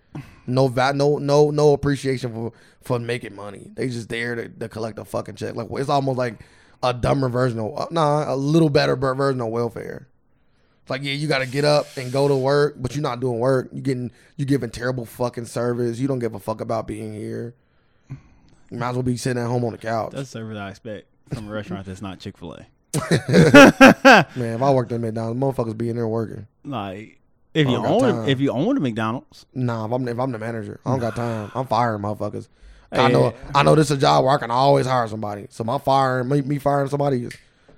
Speaker 2: No va- no no no appreciation for for making money. They just there to, to collect a fucking check. Like it's almost like a dumber version of uh, nah, a little better ver- version of welfare. It's like yeah, you gotta get up and go to work, but you're not doing work. You getting you giving terrible fucking service. You don't give a fuck about being here. You might as well be sitting at home on the couch.
Speaker 1: That's the service I expect from a restaurant that's not Chick Fil A.
Speaker 2: Man, if I worked at McDonald's, motherfuckers be in there working.
Speaker 1: like if you
Speaker 2: I don't got
Speaker 1: own
Speaker 2: time.
Speaker 1: if you own a McDonald's,
Speaker 2: Nah, if I'm if I'm the manager, I don't got time. I'm firing motherfuckers. I
Speaker 1: Hey.
Speaker 2: know I know this is a job where I can always hire somebody. So my firing me, me firing somebody is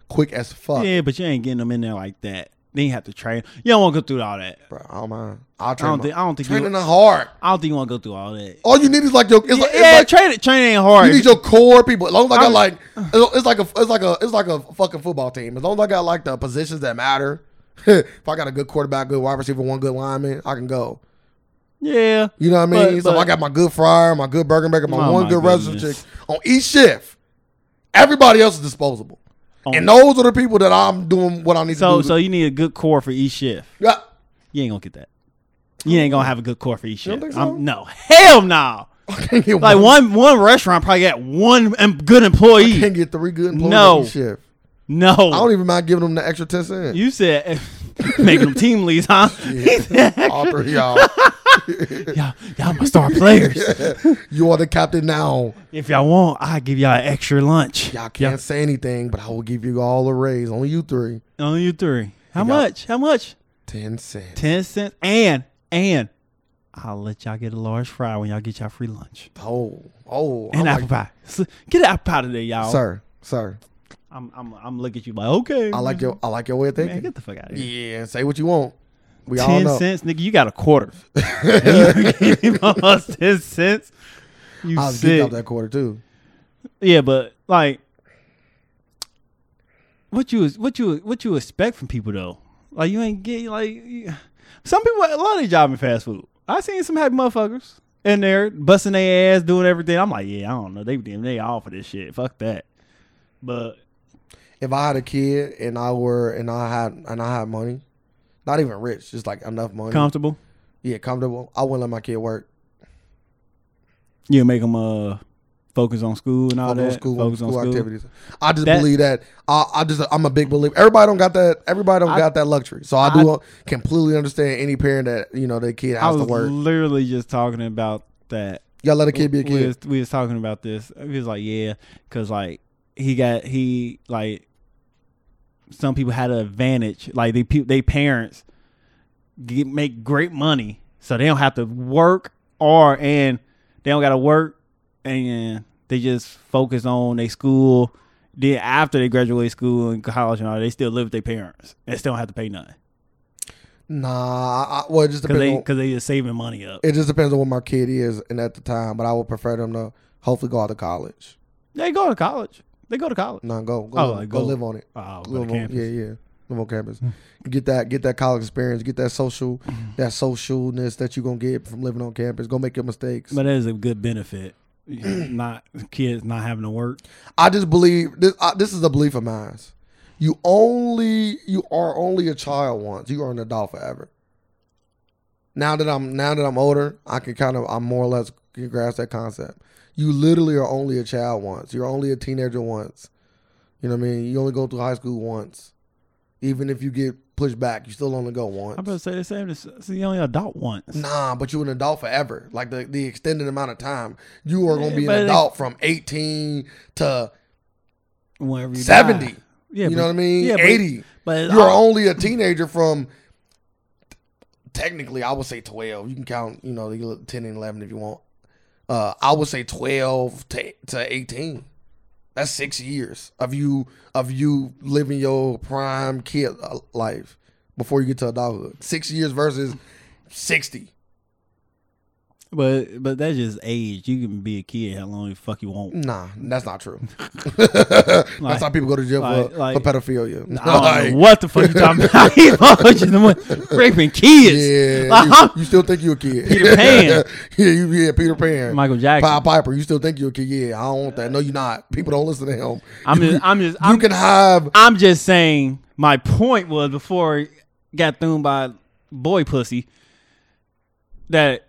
Speaker 2: quick as fuck.
Speaker 1: yeah, but you ain't getting them in there like that. They ain't have to train. You don't want to go through all that.
Speaker 2: Bro, I don't mind. I'll
Speaker 1: I
Speaker 2: train.
Speaker 1: don't
Speaker 2: my-
Speaker 1: think. I don't think.
Speaker 2: training
Speaker 1: You,
Speaker 2: is hard.
Speaker 1: I don't think you want to go through all that.
Speaker 2: All you need is like your it's
Speaker 1: yeah,
Speaker 2: like, it's
Speaker 1: yeah
Speaker 2: like-
Speaker 1: training training ain't hard.
Speaker 2: you need your core people. As long as I got
Speaker 1: I'm-
Speaker 2: like it's like a it's like a it's like a fucking football team. As long as I got like the positions that matter. if I got a good quarterback, good wide receiver, one good lineman, I can go.
Speaker 1: yeah,
Speaker 2: You know what I mean?
Speaker 1: But-
Speaker 2: so
Speaker 1: but-
Speaker 2: I got my good fryer, my good burger maker, my
Speaker 1: Oh,
Speaker 2: one
Speaker 1: my
Speaker 2: good restaurant chick
Speaker 1: goodness.
Speaker 2: on each shift. Everybody else is disposable.
Speaker 1: Oh.
Speaker 2: And those are the people that I'm doing what I need
Speaker 1: so
Speaker 2: to do.
Speaker 1: so you need a good core for each shift.
Speaker 2: yeah.
Speaker 1: You ain't gonna get that. You ain't gonna have a good core for each
Speaker 2: You don't
Speaker 1: shift.
Speaker 2: think so?
Speaker 1: I'm, no, hell no.
Speaker 2: I can't get
Speaker 1: Like one
Speaker 2: one,
Speaker 1: one restaurant probably got one em- good
Speaker 2: I
Speaker 1: employee.
Speaker 2: can't get three good employees
Speaker 1: No.
Speaker 2: on each shift. I
Speaker 1: No,
Speaker 2: don't even mind giving them the extra ten cents.
Speaker 1: you said making them team leads, huh?
Speaker 2: All three of y'all.
Speaker 1: y'all, y'all my star players.
Speaker 2: you are the captain now.
Speaker 1: If y'all want, I give y'all an extra lunch.
Speaker 2: Y'all can't say anything, but I will give you all a raise. Only you three.
Speaker 1: Only you three. How much? How much?
Speaker 2: Ten cents.
Speaker 1: Ten cents. And and I'll let y'all get a large fry when y'all get y'all free lunch
Speaker 2: Oh, oh. I'm
Speaker 1: and
Speaker 2: like,
Speaker 1: apple pie. S- Get an apple pie today, y'all.
Speaker 2: sir, sir.
Speaker 1: I'm I'm I'm looking at you like okay.
Speaker 2: I like your I like your way of
Speaker 1: man.
Speaker 2: thinking.
Speaker 1: Get the fuck out of here.
Speaker 2: Yeah, say what you want. We all
Speaker 1: Ten
Speaker 2: know.
Speaker 1: cents, nigga. You got a quarter. you giving us ten cents. You
Speaker 2: I was geeked
Speaker 1: sick.
Speaker 2: out that quarter too.
Speaker 1: Yeah, but like, what you what you what you expect from people though? Like you ain't get like you- some people. A lot of these job in fast food. I seen some happy motherfuckers in there busting their ass, doing everything. I'm like, yeah, I don't know. They damn, they all for this shit. Fuck that. But
Speaker 2: If I had a kid and I were and I had and I had money, not even rich, just like enough money,
Speaker 1: comfortable.
Speaker 2: yeah, comfortable. I wouldn't let my kid work.
Speaker 1: You make them uh focus on school and all
Speaker 2: Focus on
Speaker 1: that.
Speaker 2: school,
Speaker 1: focus
Speaker 2: school,
Speaker 1: on school.
Speaker 2: activities. I just
Speaker 1: That-
Speaker 2: believe that. I, I just I'm a big believer. Everybody don't got that. Everybody don't
Speaker 1: I-
Speaker 2: got that luxury. So I
Speaker 1: I-
Speaker 2: do completely understand any parent that you know their kid
Speaker 1: I
Speaker 2: has to
Speaker 1: was
Speaker 2: work.
Speaker 1: literally just talking about that
Speaker 2: Y'all let a kid be a
Speaker 1: we
Speaker 2: kid.
Speaker 1: was, we was talking about this. He was like, yeah, because like he got he like some people had an advantage. Like they pe- they parents get, make great money, so they don't have to work or and they don't got to work and they just focus on their school. Then after they graduate school and college and all, they still live with their parents and still don't have to pay nothing
Speaker 2: Nah, I, I- well, it just
Speaker 1: because
Speaker 2: depends.
Speaker 1: they
Speaker 2: on,
Speaker 1: because they just saving money up.
Speaker 2: it just depends on what my kid is and at the time. But I would prefer them to hopefully go out to college.
Speaker 1: They go to college. They go to college.
Speaker 2: Nah, go go,
Speaker 1: Oh,
Speaker 2: live-
Speaker 1: like,
Speaker 2: go
Speaker 1: go.
Speaker 2: live on it.
Speaker 1: Oh, go to
Speaker 2: live on,
Speaker 1: campus.
Speaker 2: Mm. yeah, yeah, live on campus. get that, get that college experience, get that social, that socialness that you gonna get from living on campus. Go make your mistakes.
Speaker 1: But that is a good benefit. not kids not having to work.
Speaker 2: I just believe this. I, this is a belief of mine. You only, you are only a child once. You are an adult forever. Now that I'm now that I'm older, I can kind of I'm more or less can grasp that concept. You literally are only a child once. You're only a teenager once. You know what I mean? You only go through high school once. Even if you get pushed back, you still only go once.
Speaker 1: I'm about to say the same. It's, it's the only adult once.
Speaker 2: Nah, but you're an adult forever. Like the, the extended amount of time. You are gonna be an
Speaker 1: But it-
Speaker 2: adult from eighteen to
Speaker 1: Whenever you
Speaker 2: seventy.
Speaker 1: die. Yeah,
Speaker 2: you
Speaker 1: but-
Speaker 2: know what I mean?
Speaker 1: yeah, but-
Speaker 2: eighty.
Speaker 1: But it's
Speaker 2: You're
Speaker 1: all-
Speaker 2: only a teenager from technically I would say twelve. You can count, you know, you look ten and eleven if you want. Uh I would say twelve to, to eighteen. That's six years of you of you living your prime kid uh, life before you get to adulthood. Six years versus sixty.
Speaker 1: But but that's just age. You can be a kid how long the fuck you want.
Speaker 2: Nah, that's not true. that's
Speaker 1: Like-
Speaker 2: how people go to jail for,
Speaker 1: like-
Speaker 2: for pedophilia.
Speaker 1: I don't
Speaker 2: Like,
Speaker 1: know what the fuck you talking about. These motherfuckers in the one raping kids.
Speaker 2: Yeah,
Speaker 1: Like,
Speaker 2: you,
Speaker 1: huh?
Speaker 2: you still think you're a kid.
Speaker 1: Peter Pan.
Speaker 2: yeah, you, yeah, Peter Pan.
Speaker 1: Michael Jackson.
Speaker 2: Pied Piper. You still think you're a kid? Yeah, I don't want that. No, you're not. People don't listen to him.
Speaker 1: I'm just I'm just
Speaker 2: You
Speaker 1: I'm,
Speaker 2: can have.
Speaker 1: I'm just saying my point was before it got thrown by boy pussy that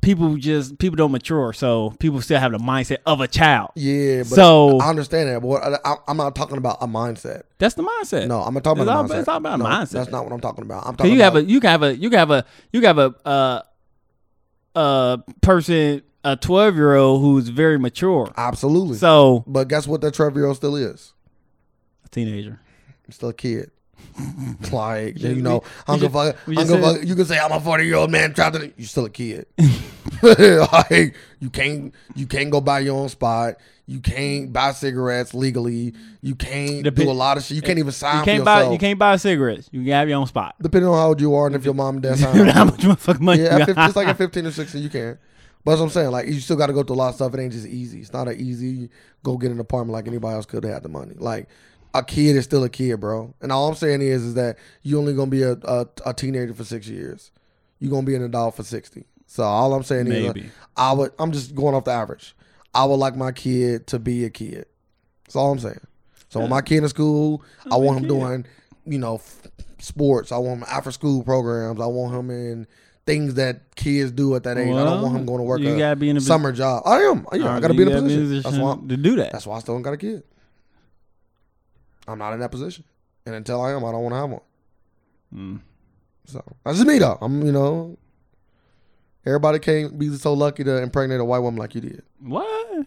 Speaker 1: people just people don't mature, so people still have the mindset of a child.
Speaker 2: Yeah, but
Speaker 1: So-
Speaker 2: I understand that. But what- I, I, I'm not talking about a mindset.
Speaker 1: That's the mindset.
Speaker 2: No, I'm not talking
Speaker 1: It's
Speaker 2: about
Speaker 1: all-
Speaker 2: a mindset.
Speaker 1: it's all about a
Speaker 2: no,
Speaker 1: mindset.
Speaker 2: That's not what I'm talking about. I'm
Speaker 1: Cause
Speaker 2: talking
Speaker 1: you
Speaker 2: about
Speaker 1: have a you can have a you can have a you can have a uh uh person a twelve year old who's very mature.
Speaker 2: absolutely.
Speaker 1: So
Speaker 2: but guess what? That 12 year old still is.
Speaker 1: a teenager.
Speaker 2: I'm still a kid. Like
Speaker 1: just-
Speaker 2: you know,
Speaker 1: we
Speaker 2: Uncle
Speaker 1: just-
Speaker 2: Fuck,
Speaker 1: we just
Speaker 2: Uncle
Speaker 1: said-
Speaker 2: Fuck, you can say I'm a forty year old man trapped in. it. You're still a kid. like you can't, you can't go buy your own spot. You can't buy cigarettes legally. You can't
Speaker 1: Depen-
Speaker 2: do a lot of shit. You can't even sign
Speaker 1: You can't
Speaker 2: for
Speaker 1: buy
Speaker 2: yourself.
Speaker 1: you can't buy cigarettes. You can have your own spot.
Speaker 2: Depending on how old you are and if your mom and dad signed.
Speaker 1: How much motherfucking money?
Speaker 2: Uh-huh. yeah,
Speaker 1: you
Speaker 2: at fif-
Speaker 1: got.
Speaker 2: just like at fifteen or sixteen, you can. But that's what I'm saying. Like you still got to go through a lot of stuff. It ain't just easy. It's not an easy go get an apartment like anybody else could that had the money. Like a kid is still a kid, bro. And all I'm saying is, is that you only gonna be a, a, a teenager for six years. You gonna be an adult for sixty. So all I'm saying is, uh,
Speaker 1: Maybe.
Speaker 2: I would. I'm just going off the average. I would like my kid to be a kid. That's all I'm saying. So when my kid in school, I want him doing, you know, f- sports. I want him after school programs. I want him in things that kids do at that age. I don't want him going to work
Speaker 1: You
Speaker 2: a
Speaker 1: gotta be in a
Speaker 2: summer job. I am. Yeah, I gotta be in a position. That's why.
Speaker 1: to do that.
Speaker 2: That's why I still don't got a kid. I'm not in that position, and until I am, I don't want to have one.
Speaker 1: Mm.
Speaker 2: So that's just me, though. I'm, you know, everybody can't be so lucky to impregnate a white woman like you did.
Speaker 1: What?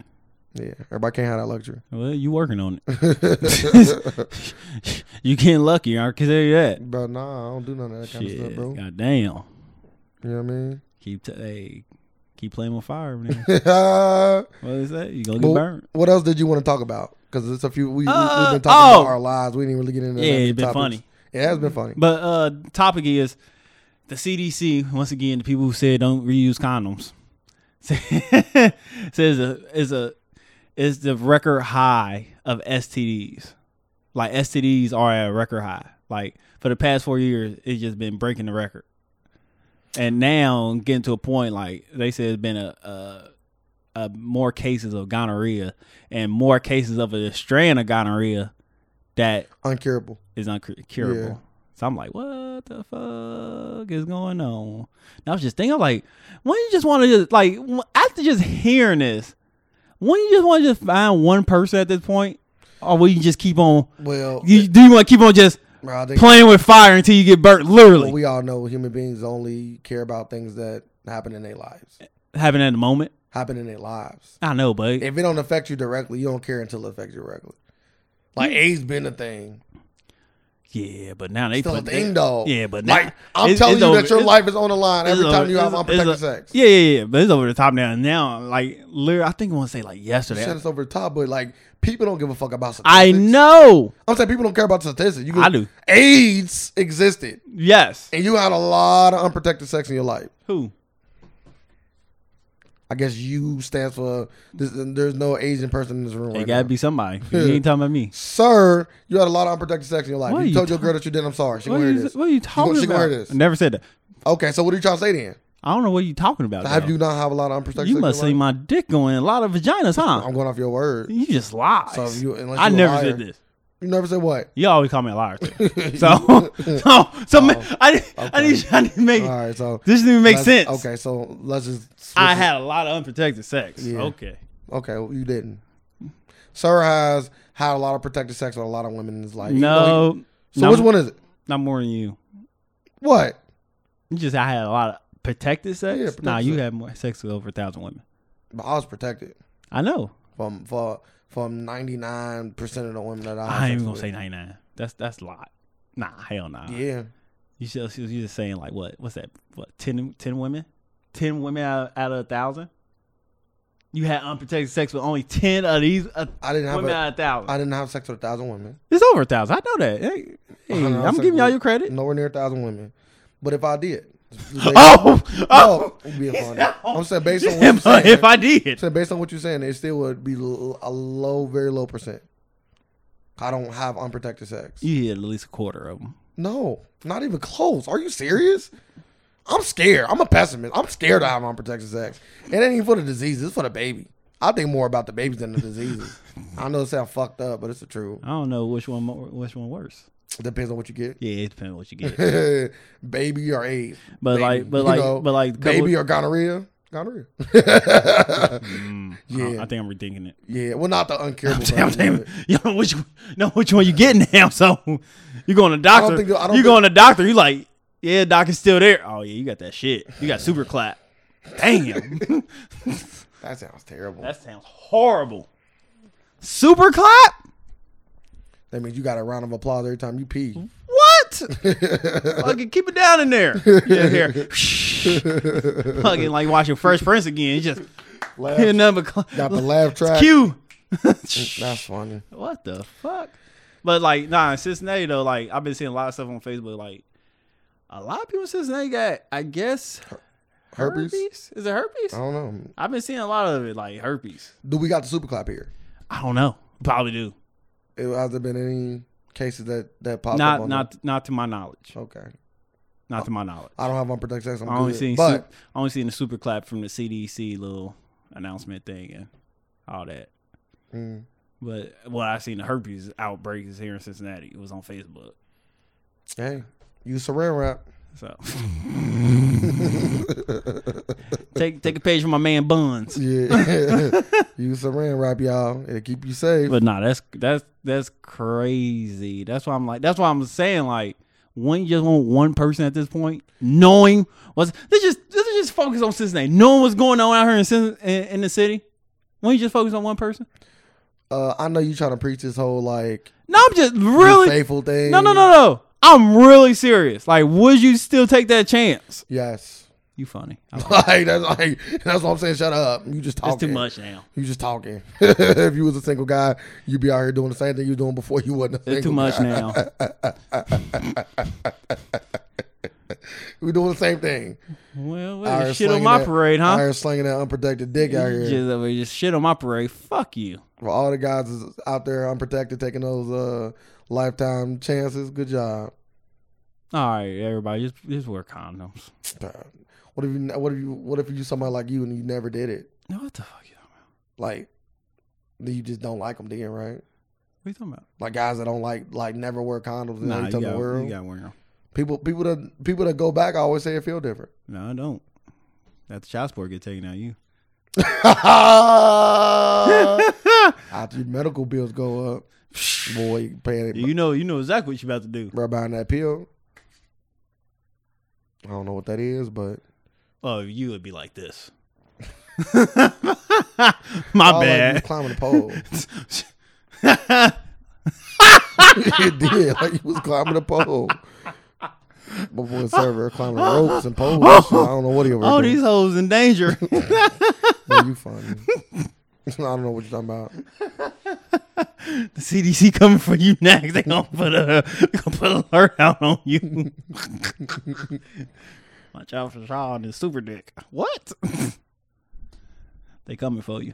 Speaker 2: Yeah, everybody can't have that luxury.
Speaker 1: Well, you working on it. you getting lucky. I consider you that.
Speaker 2: But nah, I don't do none of that kind of stuff,
Speaker 1: Shit.
Speaker 2: bro.
Speaker 1: God damn.
Speaker 2: You know what I mean?
Speaker 1: Keep t- hey, keep playing with fire, man.
Speaker 2: Uh,
Speaker 1: what is that? You gonna
Speaker 2: but
Speaker 1: get burned?
Speaker 2: what else did you want to talk about? Because it's a few we, we-
Speaker 1: Uh,
Speaker 2: we've been talking
Speaker 1: oh.
Speaker 2: about our lives. We didn't really get into
Speaker 1: Yeah,
Speaker 2: that many
Speaker 1: it's been
Speaker 2: topics.
Speaker 1: funny.
Speaker 2: It has been funny.
Speaker 1: But uh topic is the CDC once again the people who said don't reuse condoms says a is a is the record high of STDs. Like STDs are at a record high. Like for the past four years, it's just been breaking the record. And now getting to a point like they said it's been a, a uh, more cases of gonorrhea and more cases of a strand of gonorrhea that
Speaker 2: Uncurable.
Speaker 1: is uncurable.
Speaker 2: Yeah.
Speaker 1: So I'm like, what the fuck is going on? And I was just thinking, I'm like, when you just want to just like wh- after just hearing this, when you just want to just find one person at this point, or will you just keep on?
Speaker 2: Well,
Speaker 1: You, do you want to keep on just
Speaker 2: bro, I think
Speaker 1: playing with fire until you get burnt? Literally,
Speaker 2: we all know human beings only care about things that happen in their lives.
Speaker 1: happening at the moment.
Speaker 2: Happen in their lives.
Speaker 1: I know, but
Speaker 2: If it don't affect you directly, you don't care until it affects you directly. Like AIDS been a thing.
Speaker 1: yeah, but now they
Speaker 2: Still a
Speaker 1: put they-
Speaker 2: thing though.
Speaker 1: Yeah, but now,
Speaker 2: Like I'm
Speaker 1: it's-
Speaker 2: telling
Speaker 1: it's
Speaker 2: you
Speaker 1: over-
Speaker 2: that your
Speaker 1: it's-
Speaker 2: life is on the line every
Speaker 1: It's
Speaker 2: time
Speaker 1: over-
Speaker 2: you have
Speaker 1: it's-
Speaker 2: unprotected
Speaker 1: it's o-
Speaker 2: sex.
Speaker 1: Yeah, yeah, yeah. But it's over the top now. Now, like, literally, I think I want to say like
Speaker 2: You said
Speaker 1: yesterday.
Speaker 2: it's over the top, but like people don't give a fuck about statistics.
Speaker 1: I know.
Speaker 2: I'm saying people don't care about statistics. You
Speaker 1: I do.
Speaker 2: AIDS existed,
Speaker 1: Yes.
Speaker 2: and you had a lot of unprotected sex in your life.
Speaker 1: Who?
Speaker 2: I guess you stands for this, there's no Asian person in this room.
Speaker 1: It
Speaker 2: Right
Speaker 1: gotta
Speaker 2: now.
Speaker 1: be somebody. You ain't talking about me.
Speaker 2: Sir, you had a lot of unprotected sex in your life.
Speaker 1: What
Speaker 2: You,
Speaker 1: are you
Speaker 2: told your
Speaker 1: ta-
Speaker 2: girl that you did. I'm sorry. She
Speaker 1: What
Speaker 2: can
Speaker 1: are,
Speaker 2: wear
Speaker 1: you,
Speaker 2: this.
Speaker 1: what are you talking
Speaker 2: she
Speaker 1: about?
Speaker 2: gonna wear this.
Speaker 1: I never said that.
Speaker 2: Okay, so what are you trying to say then?
Speaker 1: I don't know what you talking about.
Speaker 2: Have
Speaker 1: though.
Speaker 2: you not have a lot of unprotected?
Speaker 1: You
Speaker 2: sex
Speaker 1: must
Speaker 2: in
Speaker 1: see
Speaker 2: your life?
Speaker 1: my dick going in a lot of vaginas, huh?
Speaker 2: I'm going off your word.
Speaker 1: You just lied.
Speaker 2: So if you- unless
Speaker 1: I
Speaker 2: you a
Speaker 1: never
Speaker 2: liar.
Speaker 1: said this.
Speaker 2: You never said what?
Speaker 1: You always call me a liar. Too. So, so, so ma- I, didn't, I
Speaker 2: Oh, okay.
Speaker 1: need, I need to make
Speaker 2: all right, so
Speaker 1: this didn't even make
Speaker 2: let's-
Speaker 1: sense.
Speaker 2: Okay, so let's just. switch
Speaker 1: I
Speaker 2: it.
Speaker 1: had a lot of unprotected sex.
Speaker 2: Yeah.
Speaker 1: Okay.
Speaker 2: Okay, well, you didn't. Sir has had a lot of protective sex with a lot of women in his life. You know
Speaker 1: No,
Speaker 2: he- so
Speaker 1: not,
Speaker 2: which one is it?
Speaker 1: Not more than you.
Speaker 2: What?
Speaker 1: You just I had a lot of protected sex.
Speaker 2: Yeah, protected
Speaker 1: nah, you
Speaker 2: sex.
Speaker 1: had more sex with over a thousand women.
Speaker 2: But I was protected
Speaker 1: I know.
Speaker 2: from for from ninety nine percent of the women that I. had
Speaker 1: I ain't
Speaker 2: sex
Speaker 1: even gonna
Speaker 2: with.
Speaker 1: say ninety nine. That's that's a lot. Nah, hell nah.
Speaker 2: Yeah,
Speaker 1: You just you just saying like what? What's that? What 10, 10 women? Ten women out, out of a thousand. You had unprotected sex with only ten of these uh,
Speaker 2: I didn't have
Speaker 1: women
Speaker 2: a,
Speaker 1: out of a thousand.
Speaker 2: I didn't have sex with a thousand women.
Speaker 1: it's over a thousand. I know that. Hey,
Speaker 2: I
Speaker 1: hey,
Speaker 2: know,
Speaker 1: I'm
Speaker 2: it's
Speaker 1: giving
Speaker 2: like-
Speaker 1: y'all your credit.
Speaker 2: Nowhere near a thousand women, but if I did,
Speaker 1: Oh,
Speaker 2: no,
Speaker 1: oh.
Speaker 2: it'd be a
Speaker 1: No.
Speaker 2: fun. I'm saying based on what
Speaker 1: Yeah,
Speaker 2: you're
Speaker 1: but
Speaker 2: saying,
Speaker 1: if I did,
Speaker 2: So based on what you're saying, it still would be l- a low, very low percent. I don't have unprotected sex.
Speaker 1: you hit at least a quarter of them.
Speaker 2: No, not even close. Are you serious? I'm scared. I'm a pessimist. I'm scared I have unprotected sex. It ain't even for the diseases. It's for the baby. I think more about the babies than the diseases. I know it sounds fucked up, but it's the truth.
Speaker 1: I don't know which one more, which one worse.
Speaker 2: Depends on what you get.
Speaker 1: Yeah, it depends on what you get.
Speaker 2: baby or AIDS.
Speaker 1: But
Speaker 2: Baby.
Speaker 1: like, but
Speaker 2: You
Speaker 1: like,
Speaker 2: know,
Speaker 1: but like, couple-
Speaker 2: baby or gonorrhea. Gonorrhea.
Speaker 1: Mm,
Speaker 2: Yeah.
Speaker 1: I, I think I'm rethinking it.
Speaker 2: yeah. Well, not the uncurable.
Speaker 1: I'm
Speaker 2: version of
Speaker 1: saying,
Speaker 2: it.
Speaker 1: you know which, know which one you getting now. So you going to doctor?
Speaker 2: think- I don't
Speaker 1: you
Speaker 2: think-
Speaker 1: going to doctor? You like, yeah, doc is still there. Oh yeah, you got that shit. You got super clap. Damn,
Speaker 2: That sounds terrible.
Speaker 1: that sounds horrible. Super clap?
Speaker 2: That means you got a round of applause every time you pee.
Speaker 1: What? Fucking keep it down in there. Yeah, here. Fucking like watching Fresh Prince again. You just
Speaker 2: Laugh,
Speaker 1: hit number. Cl-
Speaker 2: got the laugh track.
Speaker 1: Q.
Speaker 2: That's funny.
Speaker 1: What the fuck? But like, nah, in Cincinnati though, like I've been seeing a lot of stuff on Facebook. Like, a lot of people in Cincinnati got, I guess, herpes.
Speaker 2: Herpes? Oh.
Speaker 1: Is it herpes?
Speaker 2: I don't know.
Speaker 1: I've been seeing a lot of it, like herpes.
Speaker 2: Do we got the super clap here?
Speaker 1: I don't know. Probably do.
Speaker 2: It, has there been any cases that that popped
Speaker 1: not,
Speaker 2: up? on
Speaker 1: not, not to my knowledge.
Speaker 2: the- okay.
Speaker 1: Not to my knowledge.
Speaker 2: I don't have unprotected sex. I'm
Speaker 1: I only
Speaker 2: oh, good.
Speaker 1: seen,
Speaker 2: but
Speaker 1: sup- I only seen the super clap from the CDC little announcement thing and all that.
Speaker 2: Mm.
Speaker 1: But what I seen the herpes outbreak is here in Cincinnati. It was on Facebook.
Speaker 2: hey, use saran wrap.
Speaker 1: So take take a page from my man Buns.
Speaker 2: yeah, use saran wrap, y'all. It'll keep you safe.
Speaker 1: But nah, that's that's that's crazy. That's why I'm like. That's why I'm saying like, one you just want one person at this point, knowing what's let's just let's just focus on Cincinnati, knowing what's going on out here in Cin- in, in the city. When you just focus on one person?
Speaker 2: uh, I know you trying to preach this whole like
Speaker 1: No, I'm just
Speaker 2: be
Speaker 1: really
Speaker 2: faithful thing.
Speaker 1: no no no no. I'm really serious. Like, would you still take that chance?
Speaker 2: Yes,
Speaker 1: You funny. I like-
Speaker 2: like that's like that's what I'm saying. Shut up. You just talking.
Speaker 1: That's too much now.
Speaker 2: You just talking. if you was a single guy, you'd be out here doing the same thing you was doing before you wasn't a single
Speaker 1: It's too much
Speaker 2: guy.
Speaker 1: now.
Speaker 2: We doing the same thing.
Speaker 1: Well,
Speaker 2: Out
Speaker 1: well
Speaker 2: here
Speaker 1: shit on
Speaker 2: slinging
Speaker 1: my
Speaker 2: that-
Speaker 1: parade,
Speaker 2: Out
Speaker 1: huh?
Speaker 2: here slinging that unprotected dick out
Speaker 1: You
Speaker 2: here.
Speaker 1: Just, well, you just shit on my parade. Fuck you.
Speaker 2: For all the guys that's out there unprotected taking those uh, lifetime chances, good job.
Speaker 1: All right, everybody, just just wear condoms.
Speaker 2: What if you? What if you? What if you somebody like you and you never did it?
Speaker 1: No, what the fuck? you talking about?
Speaker 2: Like, then you just don't like them, then right?
Speaker 1: What you talking about?
Speaker 2: Like guys that don't like like never wear condoms in
Speaker 1: Nah,
Speaker 2: nah,
Speaker 1: you
Speaker 2: the
Speaker 1: got,
Speaker 2: world.
Speaker 1: you got wear them.
Speaker 2: people people that people that go back, I always say it feel different.
Speaker 1: No, I don't. That child support get taken out of you.
Speaker 2: After your medical bills go up, boy, you paying it
Speaker 1: you know, you know exactly what you about to do.
Speaker 2: right behind that pill. I don't know what that is, but
Speaker 1: Oh, you would be like this. my
Speaker 2: all I did was
Speaker 1: bad.
Speaker 2: climbing the pole. it did. Like you was climbing a pole. Before the server climbing ropes and poles. and shit. I don't know what he was
Speaker 1: All
Speaker 2: doing.
Speaker 1: Oh. these hoes in danger.
Speaker 2: Boy, you funny. I don't know what you're talking about.
Speaker 1: the CDC coming for you next. They gonna put a gonna put an alert out on you. Watch out for the child and his super dick. What? they coming for you.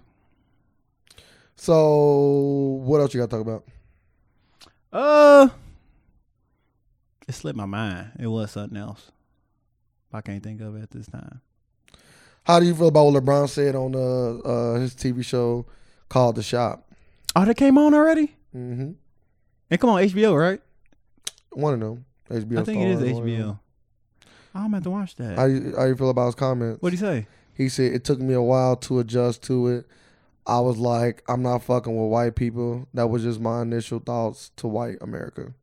Speaker 2: So what else you got to talk about?
Speaker 1: Uh, it slipped my mind. It was something else. I can't think of it at this time.
Speaker 2: How do you feel about what LeBron said on uh, uh, his TV show called The Shop?
Speaker 1: Oh, they came on already.
Speaker 2: hmm
Speaker 1: And come on, HBO, right?
Speaker 2: One of them. HBO.
Speaker 1: I think
Speaker 2: Star
Speaker 1: it is
Speaker 2: Wars, one of
Speaker 1: HBO.
Speaker 2: them.
Speaker 1: I'm about to watch that.
Speaker 2: How you, how you feel about his comments?
Speaker 1: What'd he say?
Speaker 2: He said it took me a while to adjust to it. I was like, I'm not fucking with white people. That was just my initial thoughts to white America.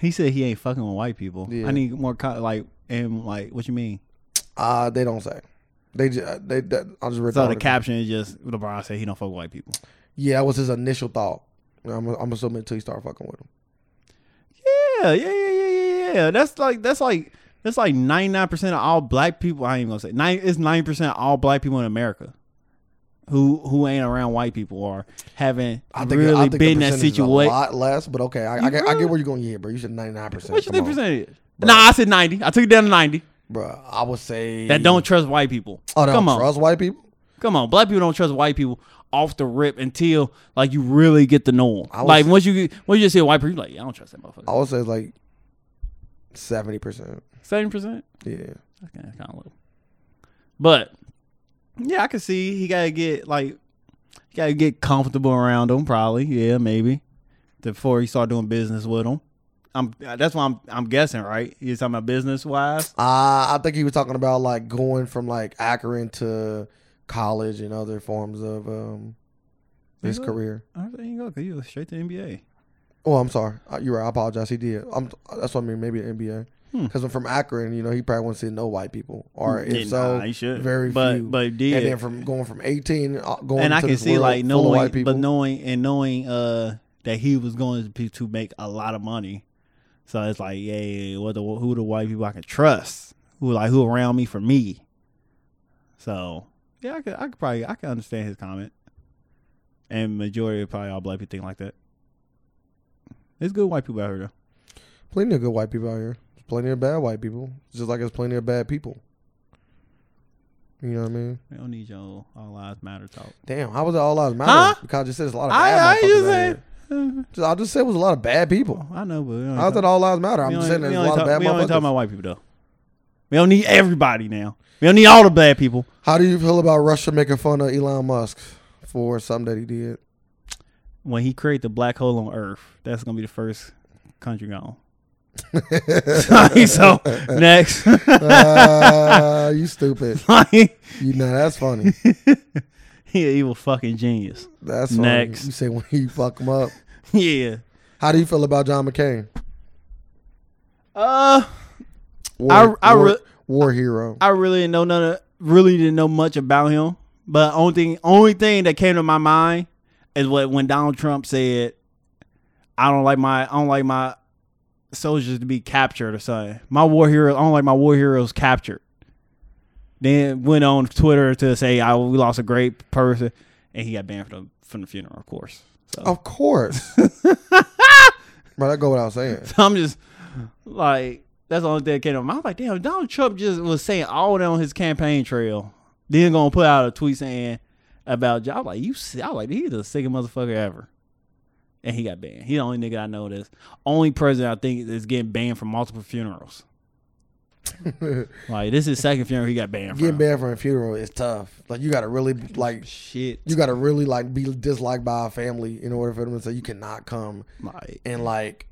Speaker 1: He said he ain't fucking with white people.
Speaker 2: Yeah.
Speaker 1: I need more, co- like, and like, what you mean?
Speaker 2: Uh they don't say. They just they. That, I just read
Speaker 1: So the
Speaker 2: article.
Speaker 1: caption is just LeBron said he don't fuck with white people.
Speaker 2: Yeah, that was his initial thought. I'm, I'm assuming until he started fucking with him.
Speaker 1: Yeah, yeah, yeah, yeah, yeah, yeah. That's like that's like that's like ninety nine percent of all black people. I ain't even gonna say nine. It's ninety percent of all black people in America who who ain't around white people or haven't
Speaker 2: I think
Speaker 1: really
Speaker 2: I think
Speaker 1: been in
Speaker 2: the
Speaker 1: that
Speaker 2: percentage is A
Speaker 1: situation.
Speaker 2: lot less, but okay. I, I,
Speaker 1: You
Speaker 2: get, I get
Speaker 1: really-
Speaker 2: where you're going. Yeah, bro. You said 99. percent
Speaker 1: What you think percentage? is?
Speaker 2: Bruh.
Speaker 1: Nah, I said ninety. I took it down to ninety.
Speaker 2: bro? I would say
Speaker 1: That don't trust white people.
Speaker 2: Oh, they don't
Speaker 1: Come on,
Speaker 2: trust white people.
Speaker 1: come on. Black people don't trust white people off the rip until like you really get to know
Speaker 2: I
Speaker 1: them.
Speaker 2: was-
Speaker 1: Like once you get, once you just see a white person, you're like yeah, I don't trust that
Speaker 2: I
Speaker 1: motherfucker.
Speaker 2: would say it's like seventy percent.
Speaker 1: Seventy percent.
Speaker 2: Yeah,
Speaker 1: That's kind of, kind of low. But yeah, I can see he gotta get like he gotta get comfortable around them. Probably, yeah, maybe before he start doing business with them. I'm that's why I'm I'm guessing right. He's talking about business wise.
Speaker 2: uh, I think he was talking about like going from like Akron to college and other forms of um his
Speaker 1: Really?
Speaker 2: career.
Speaker 1: I think you go because you straight to NBA.
Speaker 2: Oh, I'm sorry. Uh, You're right. I apologize. He did. I'm, that's what I mean. Maybe an NBA.
Speaker 1: Hmm.
Speaker 2: Because I'm from Akron, you know, he probably wants to see no white people, or if
Speaker 1: Yeah,
Speaker 2: so,
Speaker 1: nah, he should.
Speaker 2: very
Speaker 1: but,
Speaker 2: few.
Speaker 1: But he did.
Speaker 2: and then from going from 18, uh, going
Speaker 1: and I
Speaker 2: to
Speaker 1: can
Speaker 2: this
Speaker 1: see
Speaker 2: world
Speaker 1: like
Speaker 2: full of
Speaker 1: knowing,
Speaker 2: white people.
Speaker 1: but knowing and knowing uh that he was going to be to make a lot of money. So it's like, yeah, yeah, what the who the white people I can trust, who like who around me for me. So yeah, I could I could probably I could understand his comment, and majority of probably all black people think like that. There's good white people out here though.
Speaker 2: plenty of good white people out here. There's plenty of bad white people. It's just like there's plenty of bad people. You know what I mean?
Speaker 1: We don't need your all lives matter talk.
Speaker 2: Damn, how was that all lives matter?
Speaker 1: Huh?
Speaker 2: Because I just said there's a lot of bad
Speaker 1: I I
Speaker 2: motherfuckers
Speaker 1: just
Speaker 2: out
Speaker 1: said,
Speaker 2: here. Just- I just said it was a lot of bad people.
Speaker 1: I know, but we don't
Speaker 2: How's that all lives matter? I'm
Speaker 1: Oh, We
Speaker 2: just
Speaker 1: only-
Speaker 2: saying
Speaker 1: we
Speaker 2: there's a
Speaker 1: only
Speaker 2: lot of
Speaker 1: talk-
Speaker 2: bad
Speaker 1: We only talking
Speaker 2: motherfuckers.
Speaker 1: about white people though. We don't need everybody now. We don't need all the black people.
Speaker 2: How do you feel about Russia making fun of Elon Musk for something that he did?
Speaker 1: When he create the black hole on Earth, that's gonna be the first country gone. so next,
Speaker 2: Uh, you stupid.
Speaker 1: like,
Speaker 2: You know that's funny.
Speaker 1: he an evil fucking genius.
Speaker 2: That's funny.
Speaker 1: Next.
Speaker 2: You say when you fuck him up.
Speaker 1: Yeah.
Speaker 2: How do you feel about John McCain?
Speaker 1: Uh,
Speaker 2: War,
Speaker 1: I- I
Speaker 2: war,
Speaker 1: re-
Speaker 2: war hero.
Speaker 1: I really didn't know none of, really didn't know much about him. But only thing only thing that came to my mind is what when Donald Trump said, I don't like my I don't like my soldiers to be captured or something. My war hero I don't like my war heroes captured. Then went on Twitter to say I we lost a great person and he got banned from the from the funeral, of course. So
Speaker 2: of course. Bro, that go without saying.
Speaker 1: So I'm just like, that's the only thing that came to my mind. I was like, damn, Donald Trump just was saying all that on his campaign trail. Then gonna put out a tweet saying about John. Like, you see, I was like, he's the sickest motherfucker ever. And he got banned. He the only nigga I know that's only president I think is getting banned from multiple funerals. Like, this is his second funeral he got banned
Speaker 2: Getting
Speaker 1: from.
Speaker 2: banned from a funeral is tough. Like you gotta really like
Speaker 1: Shit.
Speaker 2: you gotta really like be disliked by a family in order for them to say you cannot come
Speaker 1: Like,
Speaker 2: and like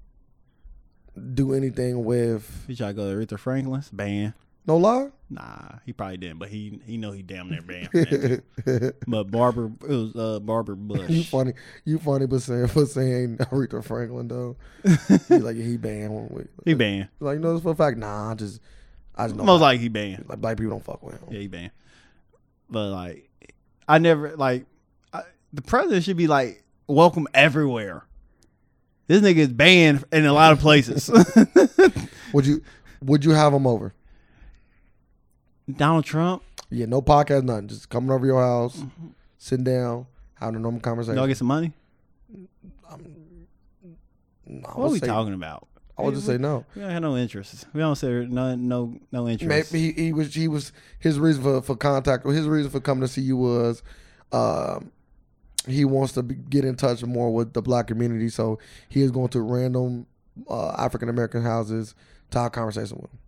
Speaker 2: do anything with
Speaker 1: he tried to go to Aretha Franklin's banned.
Speaker 2: no lie.
Speaker 1: Nah, he probably didn't, but he he know he damn near banned. From that. but Barbara, it was uh, Barbara Bush.
Speaker 2: you funny, you funny, but saying for saying Aretha Franklin though, he's like he banned one week.
Speaker 1: He banned.
Speaker 2: Like you know this for a fact. Nah, I just I just know
Speaker 1: Most like he banned.
Speaker 2: like black people don't fuck with him.
Speaker 1: Yeah, he banned. But like, I never like I, the president should be like welcome everywhere. This nigga is banned in a lot of places.
Speaker 2: Would you would you have him over?
Speaker 1: Donald Trump,
Speaker 2: Yeah, no podcast, nothing. Just coming over your house,
Speaker 1: Mm-hmm.
Speaker 2: sitting down, having a normal conversation.
Speaker 1: y'all get some money.
Speaker 2: No, I
Speaker 1: What are
Speaker 2: would
Speaker 1: we
Speaker 2: say-
Speaker 1: talking about?
Speaker 2: I would just say no.
Speaker 1: We don't have no interests. We don't say no no no interest.
Speaker 2: Maybe he, he was he was his reason for, for contact or his reason for coming to see you was um he wants to be, get in touch more with the black community, so he is going to random uh, African American houses to have a conversation with them.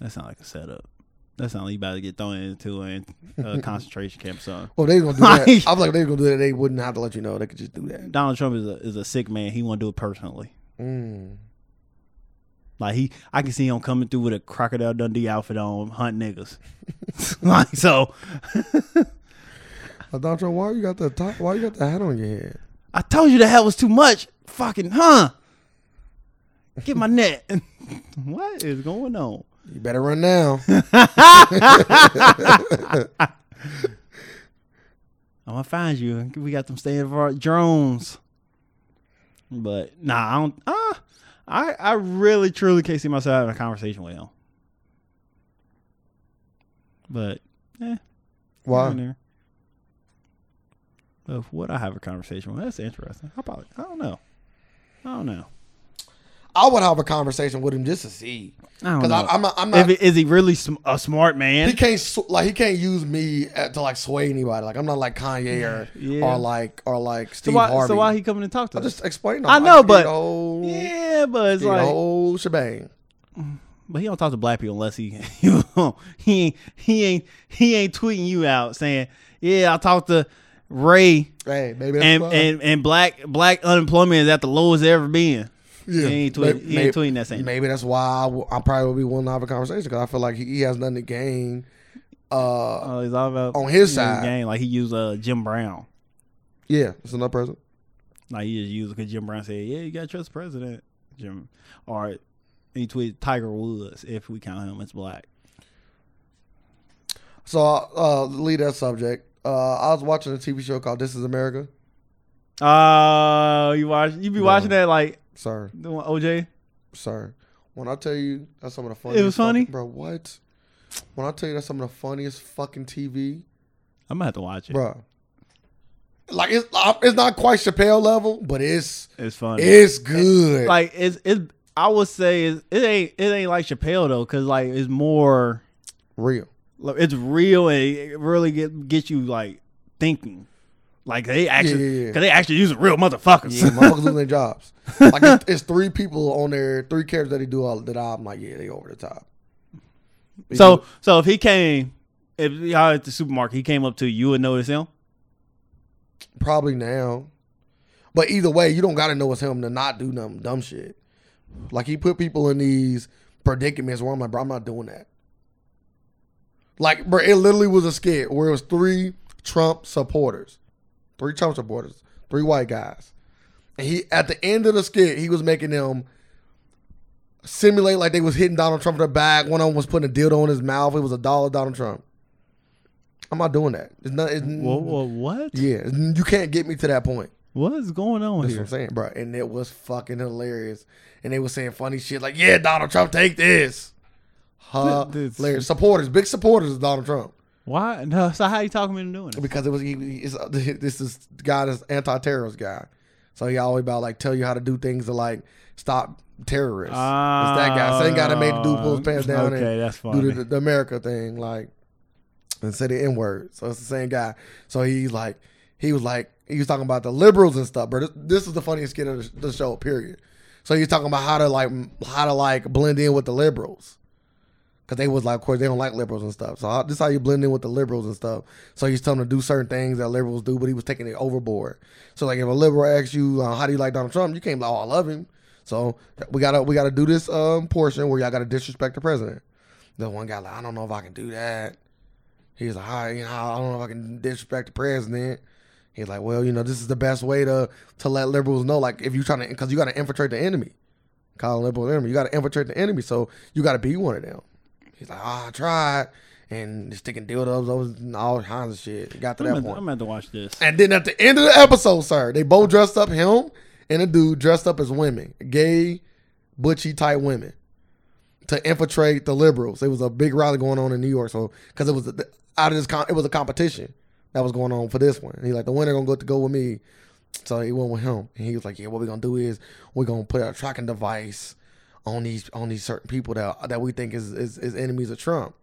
Speaker 1: That sounds like a setup. That sounds like you about to get thrown into a, a concentration camp. So
Speaker 2: Well, if Oh, they was gonna do that. I was like, if they was gonna do that. They wouldn't have to let you know. They could just do that.
Speaker 1: Donald Trump is a, is a sick man. He want to do it personally.
Speaker 2: Mm.
Speaker 1: Like he, I can see him coming through with a crocodile Dundee outfit on, hunt niggas. like so,
Speaker 2: Uh, Donald Trump, why you got the top? Why you got the hat on your head?
Speaker 1: I told you the hell was too much. Fucking huh? Get my net. what is going on?
Speaker 2: You better run now.
Speaker 1: I'm gonna find you. We got them state of art drones. But nah, I don't. Uh, I I really truly can't see myself having a conversation with him. But eh, here and
Speaker 2: Why?
Speaker 1: there. But would I have a conversation with? That's interesting. I probably I don't know. I don't know.
Speaker 2: I would have a conversation with him just to see.
Speaker 1: I don't
Speaker 2: Because
Speaker 1: know.
Speaker 2: I'm not. I'm not
Speaker 1: If it- is he really sm- a smart man?
Speaker 2: he can't sw- like he can't use me uh, to like sway anybody. Like I'm not like Kanye or
Speaker 1: Yeah.
Speaker 2: or like or like
Speaker 1: so
Speaker 2: Steve
Speaker 1: why,
Speaker 2: Harvey.
Speaker 1: so why he coming to talk to
Speaker 2: I
Speaker 1: us?
Speaker 2: just explained.
Speaker 1: I know, but-
Speaker 2: the whole,
Speaker 1: yeah, but it's
Speaker 2: the
Speaker 1: like
Speaker 2: whole shebang.
Speaker 1: But he don't talk to black people unless he you know, he ain't he ain't he ain't tweeting you out saying, "Yeah, I talked to Ray
Speaker 2: Hey, maybe that's
Speaker 1: and
Speaker 2: why.
Speaker 1: and, and black black unemployment is at the lowest it ever
Speaker 2: Uh,
Speaker 1: been."
Speaker 2: yeah,
Speaker 1: he ain't
Speaker 2: may-
Speaker 1: tweet- he ain't
Speaker 2: may-
Speaker 1: tweeting that same.
Speaker 2: Maybe that's why I, w- I probably would be willing to have a conversation because I feel like he, he has nothing to gain. Uh,
Speaker 1: Oh, it's all about
Speaker 2: On his
Speaker 1: his
Speaker 2: side.
Speaker 1: game. Like he used uh, Jim Brown.
Speaker 2: yeah, it's another person.
Speaker 1: Like he just used because Jim Brown said, "Yeah, you gotta trust the president." Jim or he tweeted Tiger Woods if we count him as black.
Speaker 2: So uh, to leave that subject. Uh, I was watching a TV show called This Is America.
Speaker 1: Oh, you watch you be
Speaker 2: No.
Speaker 1: watching that like
Speaker 2: Sir,
Speaker 1: the one- OJ.
Speaker 2: sir, when I tell you that's some of the funniest,
Speaker 1: was funny?
Speaker 2: fucking- bro. What? When I tell you that's some of the funniest fucking TV,
Speaker 1: I'm gonna have to watch it.
Speaker 2: bro. Like it's uh, it's not quite Chappelle level, but it's
Speaker 1: It's funny.
Speaker 2: it's good.
Speaker 1: like it's it's I would say it's, it ain't it ain't like Chappelle though, cause like it's more
Speaker 2: real.
Speaker 1: like, it's real and it really get get you like thinking, like they actually
Speaker 2: yeah, yeah.
Speaker 1: cause they actually using real motherfuckers.
Speaker 2: Yeah, motherfuckers losing their jobs. Like it's, it's three people on there, three characters that he do all that I'm like, yeah, they over the top. They
Speaker 1: so
Speaker 2: do-
Speaker 1: so if he came, if y'all at the supermarket, he came up to you, you would notice him.
Speaker 2: probably now, but either way, you don't got to know it's him to not do dumb dumb shit. Like he put people in these predicaments where I'm like, bro, I'm not doing that. Like, bro, it literally was a skit where it was three Trump supporters, three Trump supporters, three white guys, and he at the end of the skit he was making them simulate like they was hitting Donald Trump in the back. One of them was putting a dildo in his mouth. It was a dollar Donald Trump. I'm not doing that. It's not. It's,
Speaker 1: Whoa, whoa, what?
Speaker 2: yeah, you can't get me to that point.
Speaker 1: What is going on
Speaker 2: That's what
Speaker 1: here?
Speaker 2: I'm saying, bro. And it was fucking hilarious. And they were saying funny shit like, "Yeah, Donald Trump, take this."
Speaker 1: Th-
Speaker 2: Hilarious
Speaker 1: this-
Speaker 2: supporters, big supporters of Donald Trump,
Speaker 1: Why? No, so how you talking him into doing it?
Speaker 2: because it was he, he- it's, this is the guy that's anti-terrorist guy, so he always about like tell you how to do things to like stop terrorists. it's that guy, same guy that made the dude pull his pants down
Speaker 1: Ah. Okay,
Speaker 2: and
Speaker 1: that's
Speaker 2: do
Speaker 1: funny.
Speaker 2: the, the America thing, like, and say the N word. So it's the same guy. So he's like, he was like, he was talking about the liberals and stuff, bro. This, this is the funniest skit of the, the show, period. So he's talking about how to like, m- how to like blend in with the liberals. Cause they was like, of course, they don't like liberals and stuff. So how, this is how you blend in with the liberals and stuff. So he's telling them to do certain things that liberals do, but he was taking it overboard. So like, if a liberal asks you, uh, "How do you like Donald Trump?" you can't be like, "Oh, I love him." So we gotta we gotta do this um, portion where y'all gotta disrespect the president. The one guy like, I don't know if I can do that. He's like, I, you know, I don't know if I can disrespect the president. He's like, well, you know, this is the best way to to let liberals know, like, if you're trying to, because you got to infiltrate the enemy, call liberal the enemy. You got to infiltrate the enemy, so you got to be one of them. He's like, ah, I tried, and just sticking dildos, those, and all kinds of shit. It Got to
Speaker 1: I'm
Speaker 2: that
Speaker 1: gonna-
Speaker 2: point.
Speaker 1: I'm about to watch this.
Speaker 2: And then at the end of the episode, sir, they both dressed up him and a dude dressed up as women, gay, butchy type women, to infiltrate the liberals. It was a big rally going on in New York, so because it was a, out of this, com- it was a competition that was going on for this one. And he like the winner gonna go to go with me, so he went with him. And he was like, yeah, what we gonna do is we're gonna put a tracking device on these on these certain people that that we think is is, is enemies of Trump.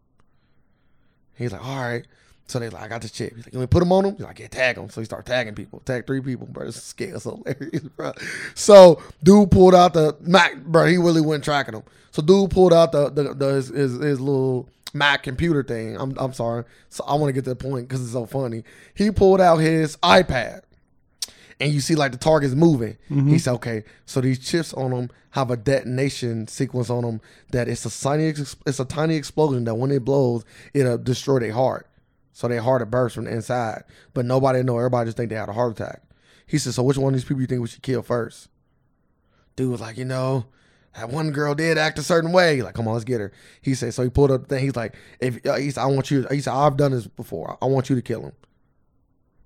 Speaker 2: He's like, all right. So they like, I got this chip. He's like, you want me to put him on him? He's like, yeah, tag him. So he started tagging people. Tag three people, bro. This scale's hilarious, bro. So dude pulled out the Mac, bro. He really went tracking him. So dude pulled out the the, the his, his his little my computer thing. I'm I'm sorry. So I want to get to the point because it's so funny. He pulled out his iPad, and you see like the target's moving. He said, "Okay, so these chips on them have a detonation sequence on them that it's a tiny ex- it's a tiny explosion that when it blows, it'll destroy their heart. So their heart will burst from the inside. But nobody know. Everybody just think they had a heart attack." He said, "So which one of these people you think we should kill first? dude was like, you know, that one girl did act a certain way. Like, come on, let's get her. He said, so he pulled up the thing. He's like, if uh, he said, I want you, he said, I've done this before. I want you to kill him.